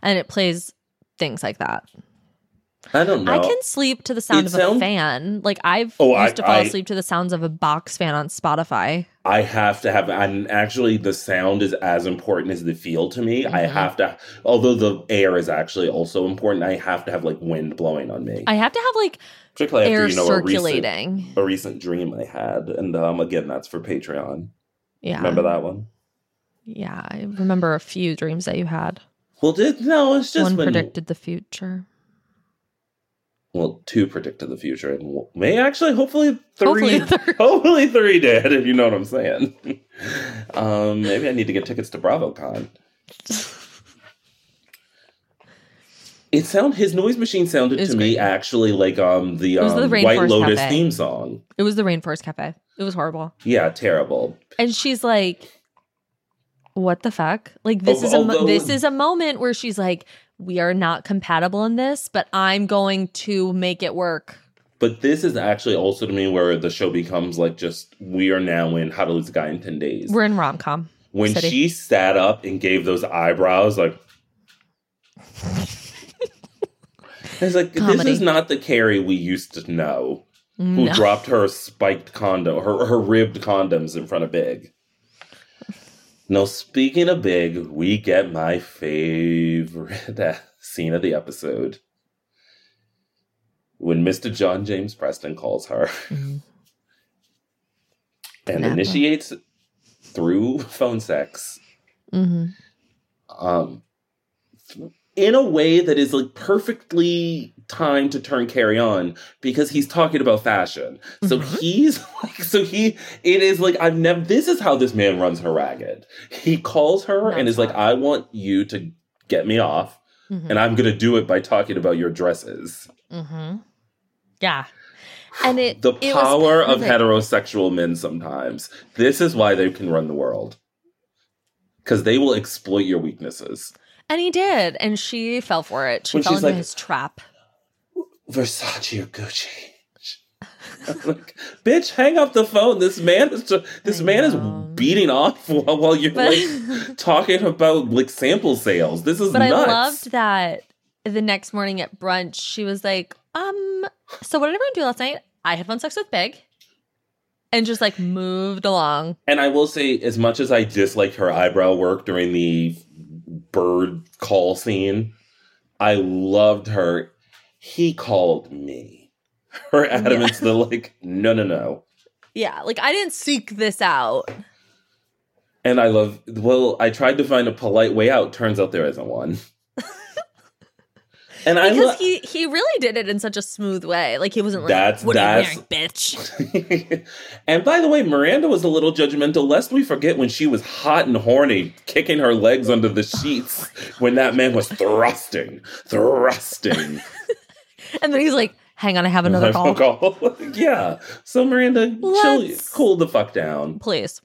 S1: And it plays things like that.
S2: I don't know.
S1: I can sleep to the sound
S2: It
S1: of a
S2: sound-
S1: fan. Like I've
S2: Oh, I-
S1: used to fall
S2: I-
S1: asleep to the sounds of a box fan on Spotify.
S2: I have to have, and actually, the sound is as important as the feel to me. I
S1: Mhm.
S2: have to, although the air is actually also important, I have to have like wind blowing on me.
S1: I have to have like
S2: Particularly
S1: air
S2: after, you know, a recent,
S1: circulating.
S2: a recent dream I had. And um, again, that's for Patreon.
S1: yeah.
S2: Remember that one?
S1: Yeah, I remember a few dreams that you had.
S2: Well, did, no, it's just
S1: One
S2: when,
S1: predicted the future.
S2: well, two predicted the future. And w- may actually, hopefully, three.
S1: Hopefully, they're-
S2: Hopefully three did, if you know what I'm saying. um, maybe I need to get tickets to BravoCon. It sound his noise machine sounded
S1: It's
S2: to me
S1: great.
S2: actually like um the,
S1: It was the
S2: um,
S1: Rainforest
S2: White Lotus
S1: Cafe.
S2: theme song.
S1: it was the Rainforest Cafe. It was horrible.
S2: Yeah, terrible.
S1: And she's like, "What the fuck? Like this is a mo-
S2: Although-
S1: this is a moment where she's like, we are not compatible in this, but I'm going to make it work."
S2: But this is actually also to me where the show becomes like just we are now in How to Lose a Guy in Ten Days.
S1: We're in rom com.
S2: when
S1: City.
S2: she sat up and gave those eyebrows, like it's like
S1: Comedy.
S2: this is not the Carrie we used to know who
S1: No.
S2: dropped her spiked condom, her her ribbed condoms in front of Big. Now, speaking of Big, we get my favorite scene of the episode when Mr. John James Preston calls her
S1: Mhm.
S2: and
S1: Napa.
S2: initiates through phone sex
S1: Mhm.
S2: um, in a way that is like perfectly timed to turn carry on because he's talking about fashion. So
S1: Mhm.
S2: he's like, so he, it is like, I've never, this is how this man runs her ragged. He calls her and is like, I want you to get me off
S1: Mhm.
S2: and I'm going to do it by talking about your dresses.
S1: Mm-hmm. Yeah. And it
S2: The
S1: it was
S2: power of
S1: perfect.
S2: heterosexual men sometimes. This is why they can run the world. Because they will exploit your weaknesses.
S1: And he did. And she fell for it. She
S2: When
S1: fell
S2: she's
S1: into
S2: like-
S1: his trap.
S2: Versace or Gucci. I'm like, bitch, hang up the phone. This man is ju- this
S1: I
S2: man
S1: know.
S2: is beating off while, while you're
S1: But-
S2: like talking about like sample sales. This is
S1: But
S2: nuts.
S1: I loved that the next morning at brunch, she was like, um, so what did everyone do last night? I had fun sex with Big. And just like moved along.
S2: and I will say, as much as I disliked her eyebrow work during the bird call scene, I loved her. He called me. Her adamant's the like, no, no, no.
S1: Yeah. Like I didn't seek this out.
S2: And I love, well, I tried to find a polite way out. Turns out there isn't one. and I
S1: Because
S2: lo-
S1: he he really did it in such a smooth way. Like he wasn't like,
S2: That's-
S1: what are you
S2: that's-
S1: wearing, bitch?
S2: and by the way, Miranda was a little judgmental, lest we forget when she was hot and horny, kicking her legs under the sheets when that man was thrusting, thrusting.
S1: And then he's like, hang on, I have another call.
S2: Call. yeah. So Miranda, chill,
S1: Let's-
S2: cool the fuck down.
S1: Please.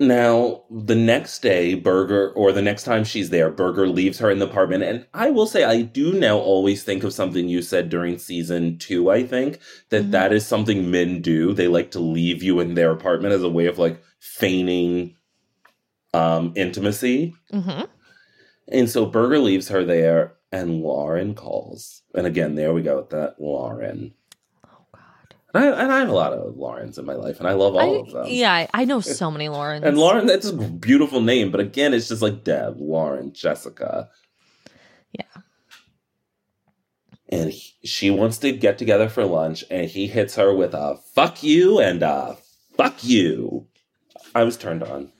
S2: Now, the next day, Burger, or the next time she's there, Burger leaves her in the apartment. And I will say, I do now always think of something you said during season two, I think, that
S1: Mhm.
S2: that is something men do. They like to leave you in their apartment as a way of like feigning um, intimacy.
S1: hmm
S2: And so Burger leaves her there, and Lauren calls. And again, there we go with that Lauren.
S1: Oh God.
S2: And I, and I have a lot of Laurens in my life, and I love all
S1: I-
S2: of them.
S1: Yeah, I- I know so many Laurens.
S2: And Lauren, that's a beautiful name, but again, it's just like Deb, Lauren, Jessica.
S1: Yeah.
S2: And he- she wants to get together for lunch, and he hits her with a fuck you and a fuck you. I was turned on.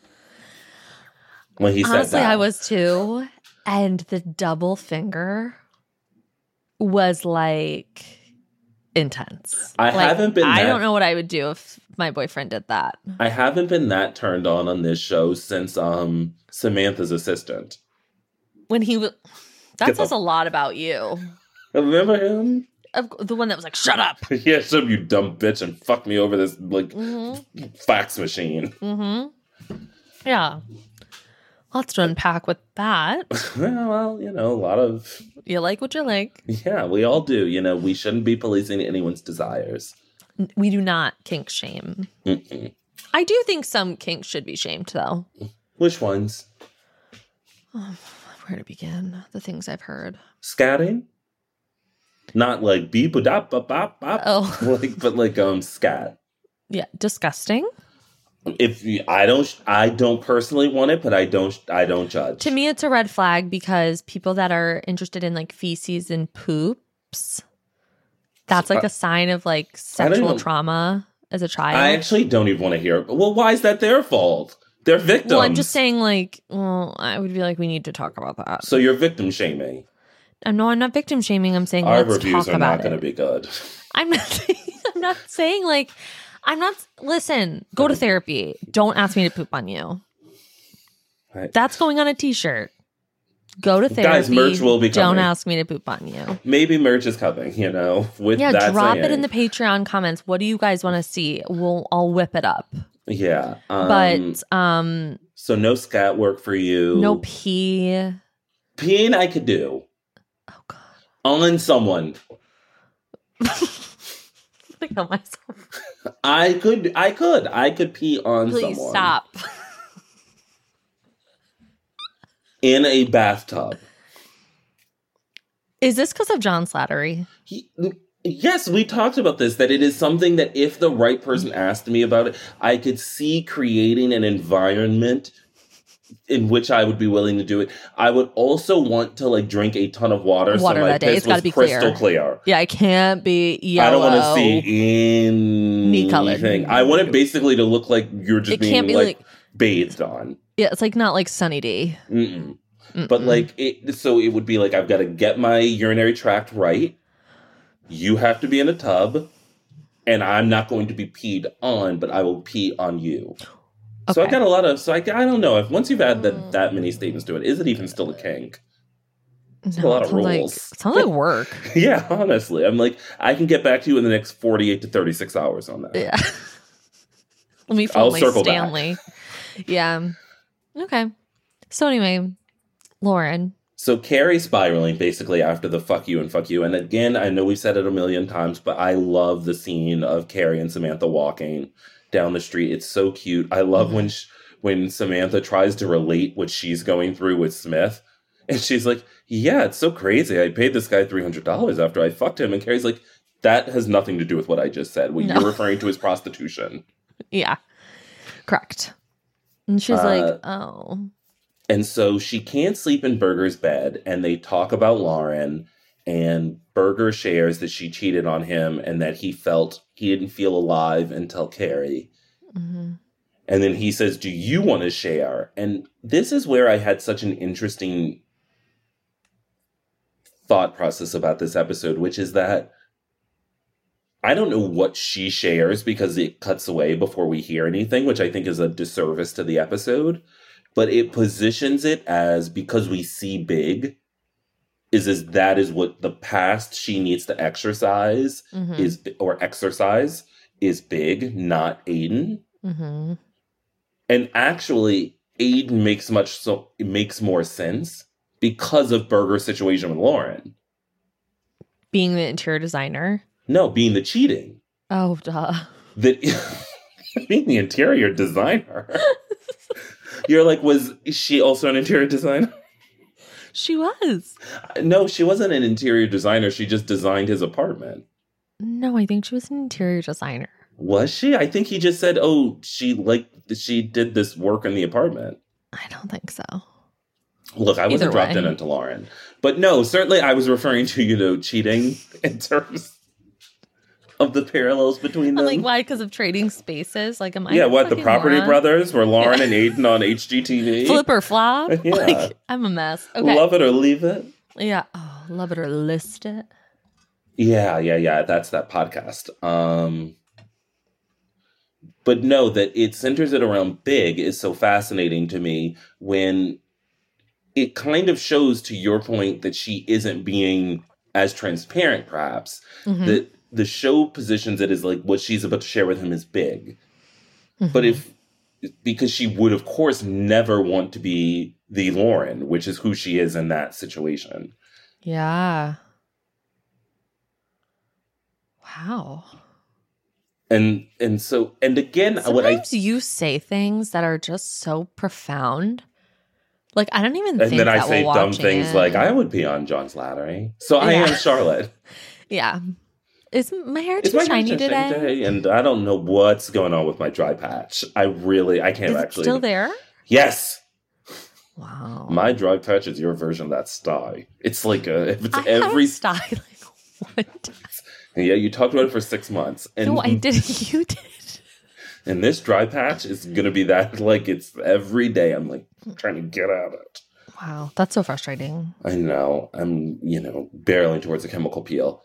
S2: when he said
S1: Honestly,
S2: that.
S1: I was too. And the double finger was like intense.
S2: I
S1: Like,
S2: haven't been
S1: I
S2: that-
S1: don't know what I would do if my boyfriend did that.
S2: I haven't been that turned on on this show since um Samantha's assistant.
S1: When he was.
S2: Get
S1: That
S2: the-
S1: says a lot about you.
S2: Remember him?
S1: Of, the one that was like, shut up.
S2: yeah, shut up, you dumb bitch, and fuck me over this like
S1: Mm
S2: fax machine.
S1: hmm. Mm hmm. Yeah. Lots to unpack with that.
S2: well, you know, a lot of
S1: You like what you like.
S2: yeah, we all do. You know, we shouldn't be policing anyone's desires.
S1: N- We do not kink shame.
S2: Mm-mm.
S1: I do think some kinks should be shamed, though.
S2: Which ones?
S1: Where to begin? The things I've heard.
S2: Scatting? Not like beep a dop bop bop bop.
S1: Oh.
S2: Like, but like um scat.
S1: Yeah, disgusting.
S2: If you- I don't, I don't personally want it, but I don't, I don't judge.
S1: To me, it's a red flag because people that are interested in like feces and poops, that's like a sign of like
S2: Uh, I don't
S1: sexual
S2: even-
S1: trauma as a child.
S2: I actually don't even want to hear. It. Well, why is that their fault? They're victims.
S1: well, I'm just saying, like, well, I would be like, we need to talk about that.
S2: So you're victim shaming.
S1: I'm no, I'm not victim shaming. I'm saying
S2: Our
S1: let's
S2: reviews
S1: talk
S2: are
S1: about
S2: not
S1: it.
S2: going to be good.
S1: I'm not. Saying, I'm not saying like. I'm not. Listen, go to therapy. Don't ask me to poop on you.
S2: Right.
S1: That's going on a T-shirt. Go to therapy.
S2: Guys, merch will be
S1: Don't
S2: coming.
S1: ask me to poop on you.
S2: Maybe merch is coming. You know, with
S1: Yeah,
S2: that
S1: drop it
S2: saying.
S1: in the Patreon comments. What do you guys want to see? We'll I'll whip it up.
S2: yeah. Um,
S1: But um,
S2: so no scat work for you.
S1: no pee. Oh
S2: peeing I could do
S1: god,
S2: on someone.
S1: I kill myself.
S2: I could, I could, I could pee on
S1: Please
S2: someone.
S1: stop.
S2: in a bathtub.
S1: Is this because of John Slattery?
S2: He- yes, we talked about this that it is something that if the right person asked me about it, I could see creating an environment in which I would be willing to do it. I would also want to like drink a ton of water,
S1: Water
S2: so my
S1: that day.
S2: piss
S1: It's gotta
S2: was
S1: be clear.
S2: crystal clear.
S1: Yeah, I can't be yellow.
S2: I don't want to see
S1: Knee colored.
S2: anything. I want it basically to look like you're just
S1: It
S2: being
S1: can't be
S2: like,
S1: like-
S2: bathed on.
S1: Yeah, it's like not like Sunny D.
S2: Mm-mm. But
S1: Mm-mm.
S2: like it, so it would be like I've got to get my urinary tract right. You have to be in a tub, and I'm not going to be peed on, but I will pee on you. So I
S1: Okay. Mm.
S2: got a lot of so I, I don't know if once you've had that that many statements to it, is it even still a kink?
S1: No,
S2: a lot of
S1: sounds
S2: rules.
S1: Like, sounds like work.
S2: yeah, honestly, I'm like I can get back to you in the next 48 to 36 hours on that.
S1: Yeah. Let me
S2: I'll
S1: phone my
S2: circle back.
S1: Stanley. Yeah. Okay. So anyway, Lauren.
S2: So Carrie spiraling basically after the fuck you and fuck you. And again, I know we've said it a million times, but I love the scene of Carrie and Samantha walking down the street. It's so cute. I love when sh when Samantha tries to relate what she's going through with Smith. And she's like, "Yeah, it's so crazy. I paid this guy $300 after I fucked him." And Carrie's like, "That has nothing to do with what I just said. What
S1: No.
S2: you're referring to is prostitution."
S1: Yeah. Correct. And
S2: Uh,
S1: she's like, oh.
S2: And so she can't sleep in Burger's bed, and they talk about Lauren. And Burger shares that she cheated on him and that he felt he didn't feel alive until Carrie.
S1: Mhm.
S2: And then he says, Do you want to share? And this is where I had such an interesting thought process about this episode, which is that I don't know what she shares because it cuts away before we hear anything, which I think is a disservice to the episode. But it positions it as because we see big, is as that is what the past she needs to exercise
S1: Mhm.
S2: is or exercise is big, not Aiden
S1: Mhm.
S2: and actually Aiden makes much so it makes more sense because of Berger's situation with Lauren.
S1: Being the interior designer.
S2: No, being the cheating
S1: Oh, duh.
S2: that being the interior designer. You're like, was she also an interior designer?
S1: She was.
S2: No, she wasn't an interior designer. She just designed his apartment.
S1: No, I think she was an interior designer.
S2: Was she? I think he just said, "Oh, she like she did this work in the apartment."
S1: I don't think so.
S2: Look, I wasn't
S1: Either
S2: dropped
S1: way.
S2: in into Lauren, but no, certainly I was referring to you know cheating in terms of the parallels between them.
S1: I'm like, why? Because of trading spaces? Like, am I?
S2: yeah,
S1: a
S2: what the
S1: fucking
S2: Property
S1: moron?
S2: Brothers were Lauren and Aiden on HGTV.
S1: Flip or flop?
S2: Yeah.
S1: Like, I'm a mess. Okay.
S2: Love it or leave it.
S1: yeah. Oh, love it or list it.
S2: Yeah, yeah, yeah. That's that podcast. Um but no, that it centers it around big is so fascinating to me when it kind of shows to your point that she isn't being as transparent, perhaps.
S1: Mhm.
S2: That the show positions it as like what she's about to share with him is big.
S1: Mm-hmm.
S2: But if because she would of course never want to be the Lauren, which is who she is in that situation.
S1: Yeah. Wow.
S2: And and so and again what I
S1: Sometimes you say things that are just so profound. Like I don't even
S2: and
S1: think
S2: then I
S1: that
S2: say
S1: we're
S2: dumb
S1: watching
S2: things
S1: it.
S2: like I would be on John's Lattery. So I
S1: Yeah.
S2: am Charlotte.
S1: Yeah. Is my hair
S2: It's
S1: too
S2: my
S1: shiny
S2: kitchen
S1: today?
S2: day, and I don't know what's going on with my dry patch. I really I can't
S1: Is it
S2: actually.
S1: still there?
S2: Yes,
S1: Wow.
S2: my dry patch is your version of that sty. It's like a if it's
S1: I
S2: every
S1: haven't stopped, like one time.
S2: yeah. You talked about it for six months, and
S1: No, I didn't. You did.
S2: and this dry patch is gonna be that like it's every day. I'm like trying to get at it.
S1: Wow, that's so frustrating.
S2: I know. I'm, you know, barreling towards a chemical peel.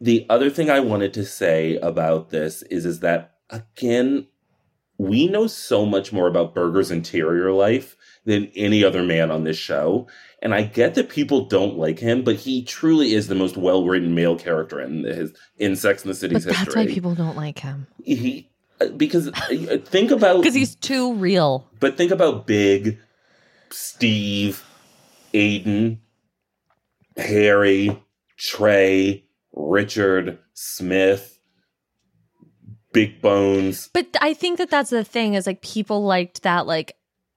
S2: The other thing I wanted to say about this is is that again, we know so much more about Burger's interior life than any other man on this show. And I get that people don't like him, but he truly is the most well-written male character in his in Sex and the
S1: But
S2: City's
S1: that's
S2: history.
S1: why people don't like him
S2: he because uh, think about
S1: because he's too real.
S2: but think about Big, Steve, Aiden, Harry, Trey, Richard, Smith, Big Bones.
S1: But I think that that's the thing is like people liked that like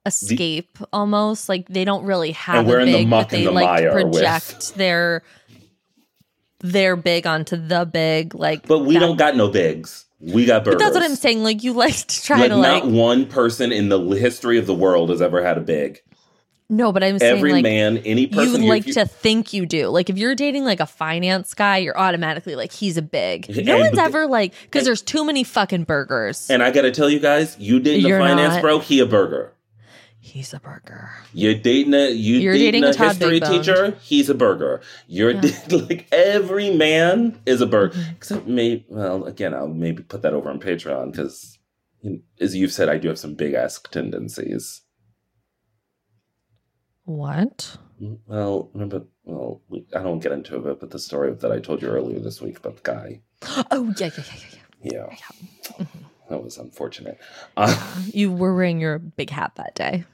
S1: escape almost like they don't really have
S2: And we're
S1: a
S2: in the
S1: big,
S2: muck
S1: but they
S2: and the
S1: like to
S2: mire with-
S1: project their their big onto the big like.
S2: But we
S1: that-
S2: don't got no bigs. We got burgers.
S1: But that's what I'm saying. Like you like to try
S2: Like,
S1: to like
S2: not one person in the l- history of the world has ever had a big.
S1: no, but I'm saying
S2: Every
S1: like
S2: man, any
S1: you
S2: person,
S1: like
S2: if you-
S1: to think you do. Like if you're dating like a finance guy, you're automatically like he's a big. No
S2: And-
S1: one's ever like because there's too many fucking burgers.
S2: And I gotta tell you guys, you dating
S1: You're
S2: a finance
S1: not.
S2: bro, he a burger.
S1: he's a burger.
S2: You're dating a you
S1: You're dating
S2: dating, a
S1: a Todd
S2: history
S1: Bigbone.
S2: teacher. He's a burger. You're
S1: Yeah. Mm-hmm.
S2: da- like every man is a burger, except maybe. Well, again, I'll maybe put that over on Patreon because, as you've said, I do have some big ass tendencies.
S1: What?
S2: Mm, Well, remember, well, we, I don't get into it, but the story that I told you earlier this week about the guy.
S1: Oh yeah, yeah, yeah, yeah,
S2: Yeah,
S1: yeah. Mm-hmm.
S2: that was unfortunate. Uh,
S1: Mhm. You were wearing your big hat that day.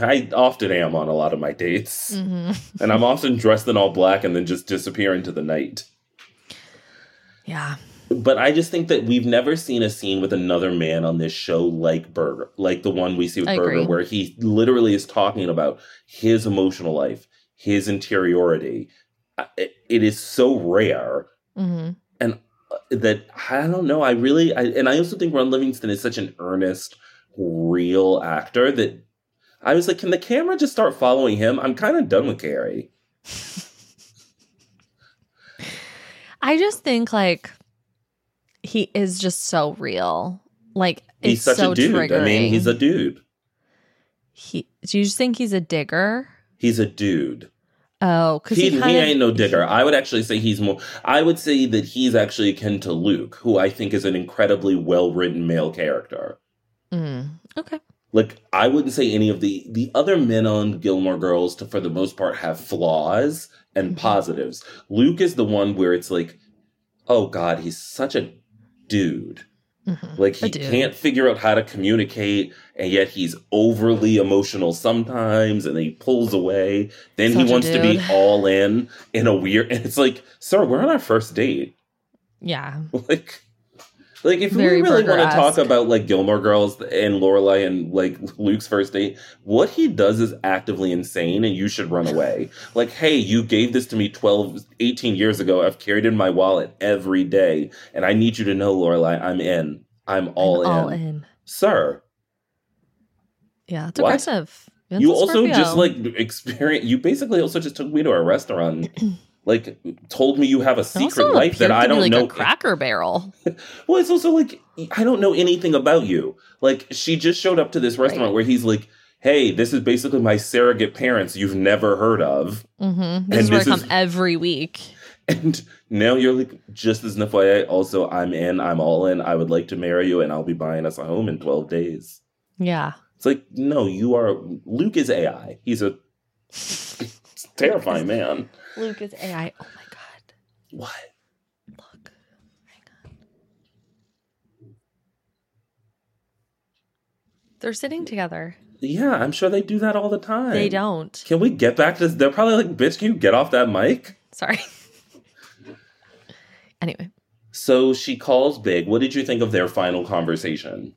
S2: I often am on a lot of my dates,
S1: Mm-hmm.
S2: and I'm often dressed in all black and then just disappear into the night.
S1: Yeah.
S2: but I just think that we've never seen a scene with another man on this show like Burger, like the one we see with
S1: I
S2: Burger,
S1: agree.
S2: where he literally is talking about his emotional life, his interiority. I- It, it is so rare
S1: hmm
S2: that I don't know. I really, I, and I also think Ron Livingston is such an earnest, real actor that I was like, can the camera just start following him? I'm kind of done with Carrie.
S1: I just think like he is just so real. Like
S2: He's
S1: it's
S2: such
S1: so
S2: a dude.
S1: triggering.
S2: I mean, he's a dude.
S1: He, do you just think he's a digger?
S2: He's a dude.
S1: Oh, because
S2: he,
S1: he,
S2: he,
S1: kind of-
S2: ain't no digger. I would actually say he's more. I would say that he's actually akin to Luke, who I think is an incredibly well written male character.
S1: Mm, okay.
S2: Like I wouldn't say any of the the other men on Gilmore Girls, to, for the most part, have flaws and
S1: Mhm.
S2: positives. Luke is the one where it's like, oh God, he's such a dude.
S1: Mhm.
S2: Like
S1: A
S2: he
S1: dude.
S2: can't figure out how to communicate, and yet he's overly emotional sometimes, and then he pulls away. Then
S1: Such
S2: he
S1: a
S2: wants to be
S1: dude.
S2: all in in a weird. And it's like, sir, we're on our first date.
S1: Yeah.
S2: Like, like if
S1: Very
S2: we really want to talk
S1: Berger-esque.
S2: about like Gilmore Girls and Lorelai and like Luke's first date, what he does is actively insane, and you should run away. like, hey, you gave this to me 12, 18 years ago. I've carried it in my wallet every day, and I need you to know, Lorelai, I'm in. I'm all
S1: All
S2: in
S1: in.
S2: sir
S1: Yeah, it's
S2: What?
S1: aggressive. Vince
S2: you
S1: is
S2: also just
S1: Scorpio.
S2: like experience you basically also just took me to a restaurant like told me you have a
S1: It
S2: secret
S1: also
S2: life
S1: appeared
S2: that I
S1: to be
S2: don't
S1: like
S2: know.
S1: A cracker barrel.
S2: Well, it's also like I don't know anything about you. Like she just showed up to this restaurant
S1: Right.
S2: where he's like, "Hey, this is basically my surrogate parents you've never heard of,"
S1: Mm-hmm. This is where I
S2: this
S1: come
S2: is-
S1: every week.
S2: and now you're like, "Just as an FYI, also I'm in, I'm all in. I would like to marry you, and I'll be buying us a home in twelve days."
S1: Yeah.
S2: It's like, no, you are Luke is AI. He's a terrifying man.
S1: Luke is AI. Oh my god.
S2: What?
S1: Look. Hang on. They're sitting together.
S2: Yeah, I'm sure they do that all the time.
S1: They don't.
S2: Can we get back to? They're probably like, "Bitch, can you get off that mic?"
S1: Sorry. anyway.
S2: So she calls Big. What did you think of their final conversation?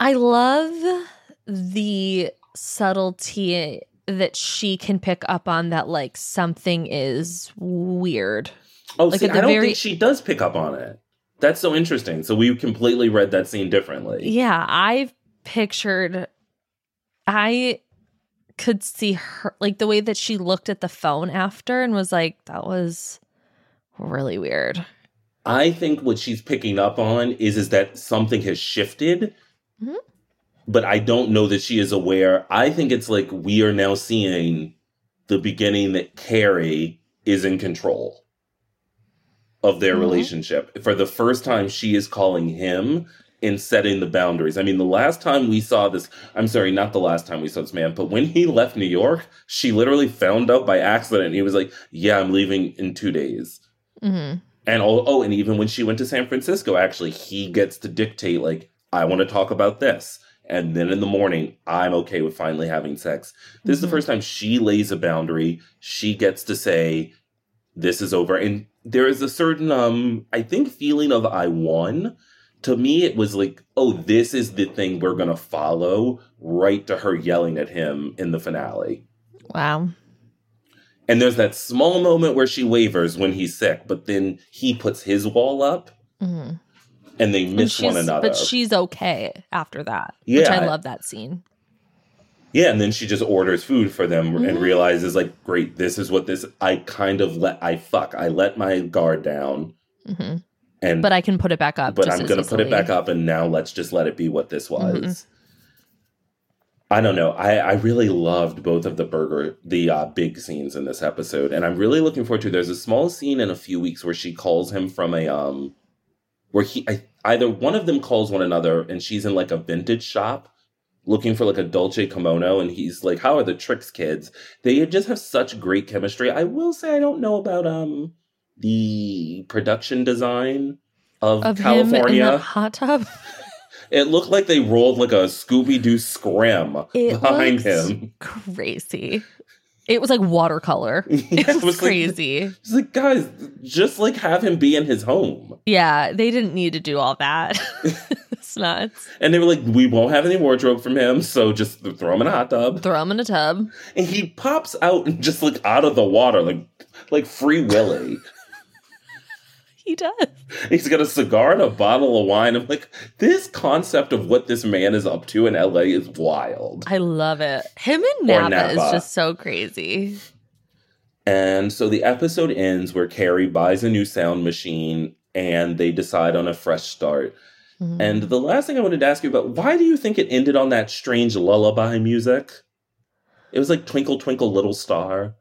S1: I love the subtlety that she can pick up on that like something is weird.
S2: Oh,
S1: Like,
S2: see,
S1: at the
S2: I don't
S1: very-
S2: think she does pick up on it. That's so interesting. So we completely read that scene differently.
S1: Yeah, I've pictured I could see her like the way that she looked at the phone after and was like that was really weird.
S2: I think what she's picking up on is is that something has shifted.
S1: Mhm.
S2: But I don't know that she is aware. I think it's like we are now seeing the beginning that Carrie is in control of their
S1: Mhm.
S2: relationship. For the first time, she is calling him and setting the boundaries. I mean, the last time we saw this, I'm sorry, not the last time we saw this man, but when he left New York, she literally found out by accident. He was like, Yeah, I'm leaving in two days.
S1: Mhm.
S2: And all, oh, and even when she went to San Francisco, actually, he gets to dictate, like, I want to talk about this. And then in the morning, I'm okay with finally having sex. This is the
S1: Mhm.
S2: first time she lays a boundary. She gets to say, this is over. And there is a certain, um, I think, feeling of I won. To me, it was like, oh, this is the thing we're going to follow right to her yelling at him in the finale.
S1: Wow.
S2: And there's that small moment where she wavers when he's sick, but then he puts his wall up
S1: Mhm.
S2: and they
S1: And
S2: miss
S1: she's-
S2: one another.
S1: But she's okay after that. Which
S2: Yeah.
S1: I love that scene.
S2: yeah, and then she just orders food for them and
S1: Mhm.
S2: realizes, like, great, this is what this. I kind of let I fuck. I let my guard down,
S1: Mhm.
S2: and
S1: But I can put it back up.
S2: Mm-hmm. but
S1: just
S2: I'm
S1: as
S2: gonna put it
S1: easily.
S2: back up, and now let's just let it be what this was.
S1: Mhm.
S2: I don't know. I, I really loved both of the burger, the uh, big scenes in this episode, and I'm really looking forward to. There's a small scene in a few weeks where she calls him from a um, where he I, either one of them calls one another, and she's in like a vintage shop looking for like a dolce kimono, and he's like, "How are the tricks, kids?" They just have such great chemistry. I will say, I don't know about um the production design of,
S1: Of
S2: California.
S1: him in the hot tub.
S2: It looked like they rolled like a Scooby Doo scrim
S1: It
S2: behind
S1: looks
S2: him.
S1: crazy. It was like watercolor. It
S2: Yeah,
S1: was,
S2: like-
S1: crazy.
S2: it's like, guys, just like have him be in his home.
S1: yeah, they didn't need to do all that. it's nuts.
S2: And they were like, we won't have any wardrobe from him, so just throw him in a hot tub.
S1: Throw him in a tub.
S2: And he pops out and just like out of the water, like like free Willy.
S1: He does.
S2: He's got a cigar and a bottle of wine. I'm like, this concept of what this man is up to in LA is wild.
S1: I love it. Him and
S2: Or
S1: Napa, is
S2: Napa.
S1: just so crazy.
S2: And so the episode ends where Carrie buys a new sound machine and they decide on a fresh start.
S1: Mhm.
S2: And the last thing I wanted to ask you about, why do you think it ended on that strange lullaby music? It was like Twinkle Twinkle Little Star.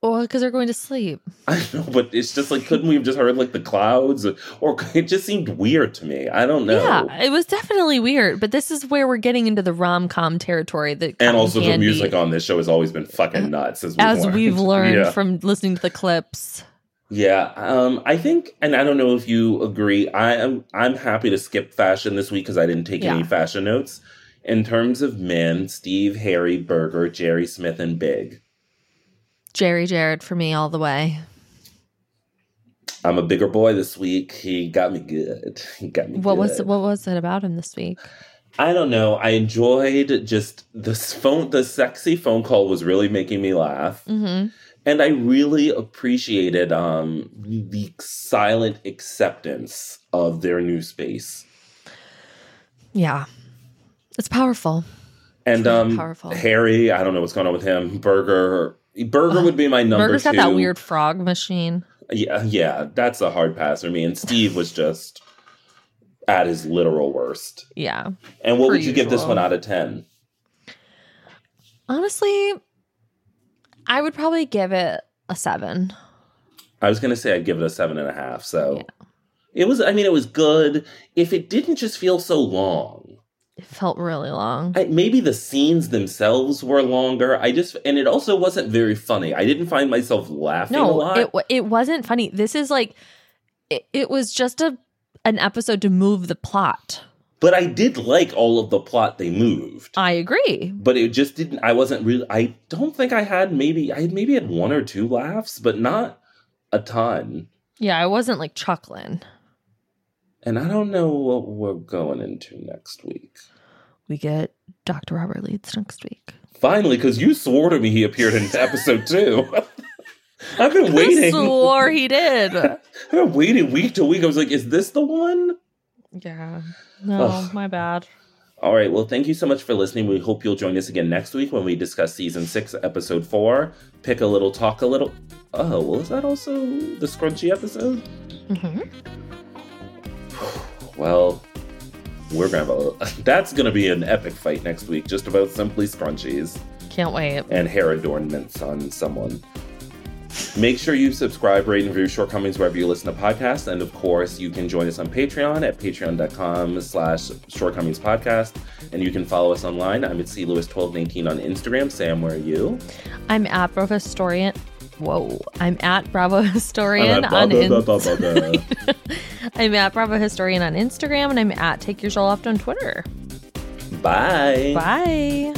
S1: well, because they're going to sleep.
S2: I know, but it's just like, couldn't we have just heard like the clouds? Or it just seemed weird to me. I don't know.
S1: Yeah, it was definitely weird, but this is where we're getting into the rom com territory. That
S2: And
S1: cotton
S2: also, the
S1: candy,
S2: music on this show has always been fucking nuts, as we've
S1: Uh, as
S2: learned.
S1: we've learned
S2: Yeah.
S1: from listening to the clips.
S2: Yeah, um, I think, and I don't know if you agree. I am I'm happy to skip fashion this week because I didn't take any
S1: Yeah.
S2: fashion notes. In terms of men, Steve, Harry, Berger, Jerry Smith, and Big.
S1: Jerry Jared for me all the way.
S2: I'm a bigger boy this week. He got me good. He got me.
S1: What was
S2: good.
S1: it, what was it about him this week?
S2: I don't know. I enjoyed just this phone. The sexy phone call was really making me laugh.
S1: hmm
S2: and I really appreciated um the silent acceptance of their new space.
S1: Yeah. It's powerful.
S2: And um
S1: Powerful.
S2: Harry, I don't know what's going on with him. Burger, Burger would be my number
S1: Burger's
S2: two.
S1: got that weird frog machine.
S2: Yeah, yeah, that's a hard pass for me. And Steve was just at his literal worst.
S1: Yeah.
S2: And what
S1: Per
S2: would you give this
S1: usual.
S2: one out of ten?
S1: Honestly, I would probably give it a seven.
S2: I was gonna say I'd give it a seven and a half. So it was. I mean, it was good. If it didn't just feel so long,
S1: It felt really long.
S2: I, maybe the scenes themselves were longer. I just and it also wasn't very funny. I didn't find myself laughing a
S1: no,
S2: lot.
S1: it wa- it wasn't funny. This is like it, it was just a an episode to move the plot.
S2: but I did like all of the plot they moved.
S1: I agree.
S2: but it just didn't. I wasn't really. I don't think I had maybe. I maybe had one or two laughs, but not a ton.
S1: Yeah, I wasn't like chuckling.
S2: And I don't know what we're going into next week.
S1: We get Dr. Robert Leeds next week.
S2: Finally, because you swore to me he appeared in episode two. I've been
S1: I
S2: waiting.
S1: swore he did.
S2: I've been waiting week to week. I was like, is this the one?
S1: yeah. No,
S2: Ugh.
S1: my bad.
S2: All right. Well, thank you so much for listening. We hope you'll join us again next week when we discuss season six, episode four. Pick a little, talk a little. Oh, well, is that also the scrunchy episode?
S1: hmm
S2: Well, we're gonna have a, that's gonna be an epic fight next week, just about simply scrunchies
S1: Can't wait.
S2: and hair adornments on someone. Make sure you subscribe, rate, and review shortcomings wherever you listen to podcasts. And of course, you can join us on Patreon at patreon.com slash shortcomings podcast. And you can follow us online. I'm at CLewis1219 on Instagram. Sam, where are you?
S1: I'm at Bravo Historian. Whoa. I'm at Bravo Historian
S2: I'm at
S1: on
S2: blah, blah,
S1: Instagram.
S2: blah, blah, blah, blah.
S1: I'm at Bravo Historian on Instagram and I'm at Take Your Soul Left on Twitter.
S2: Bye.
S1: Bye.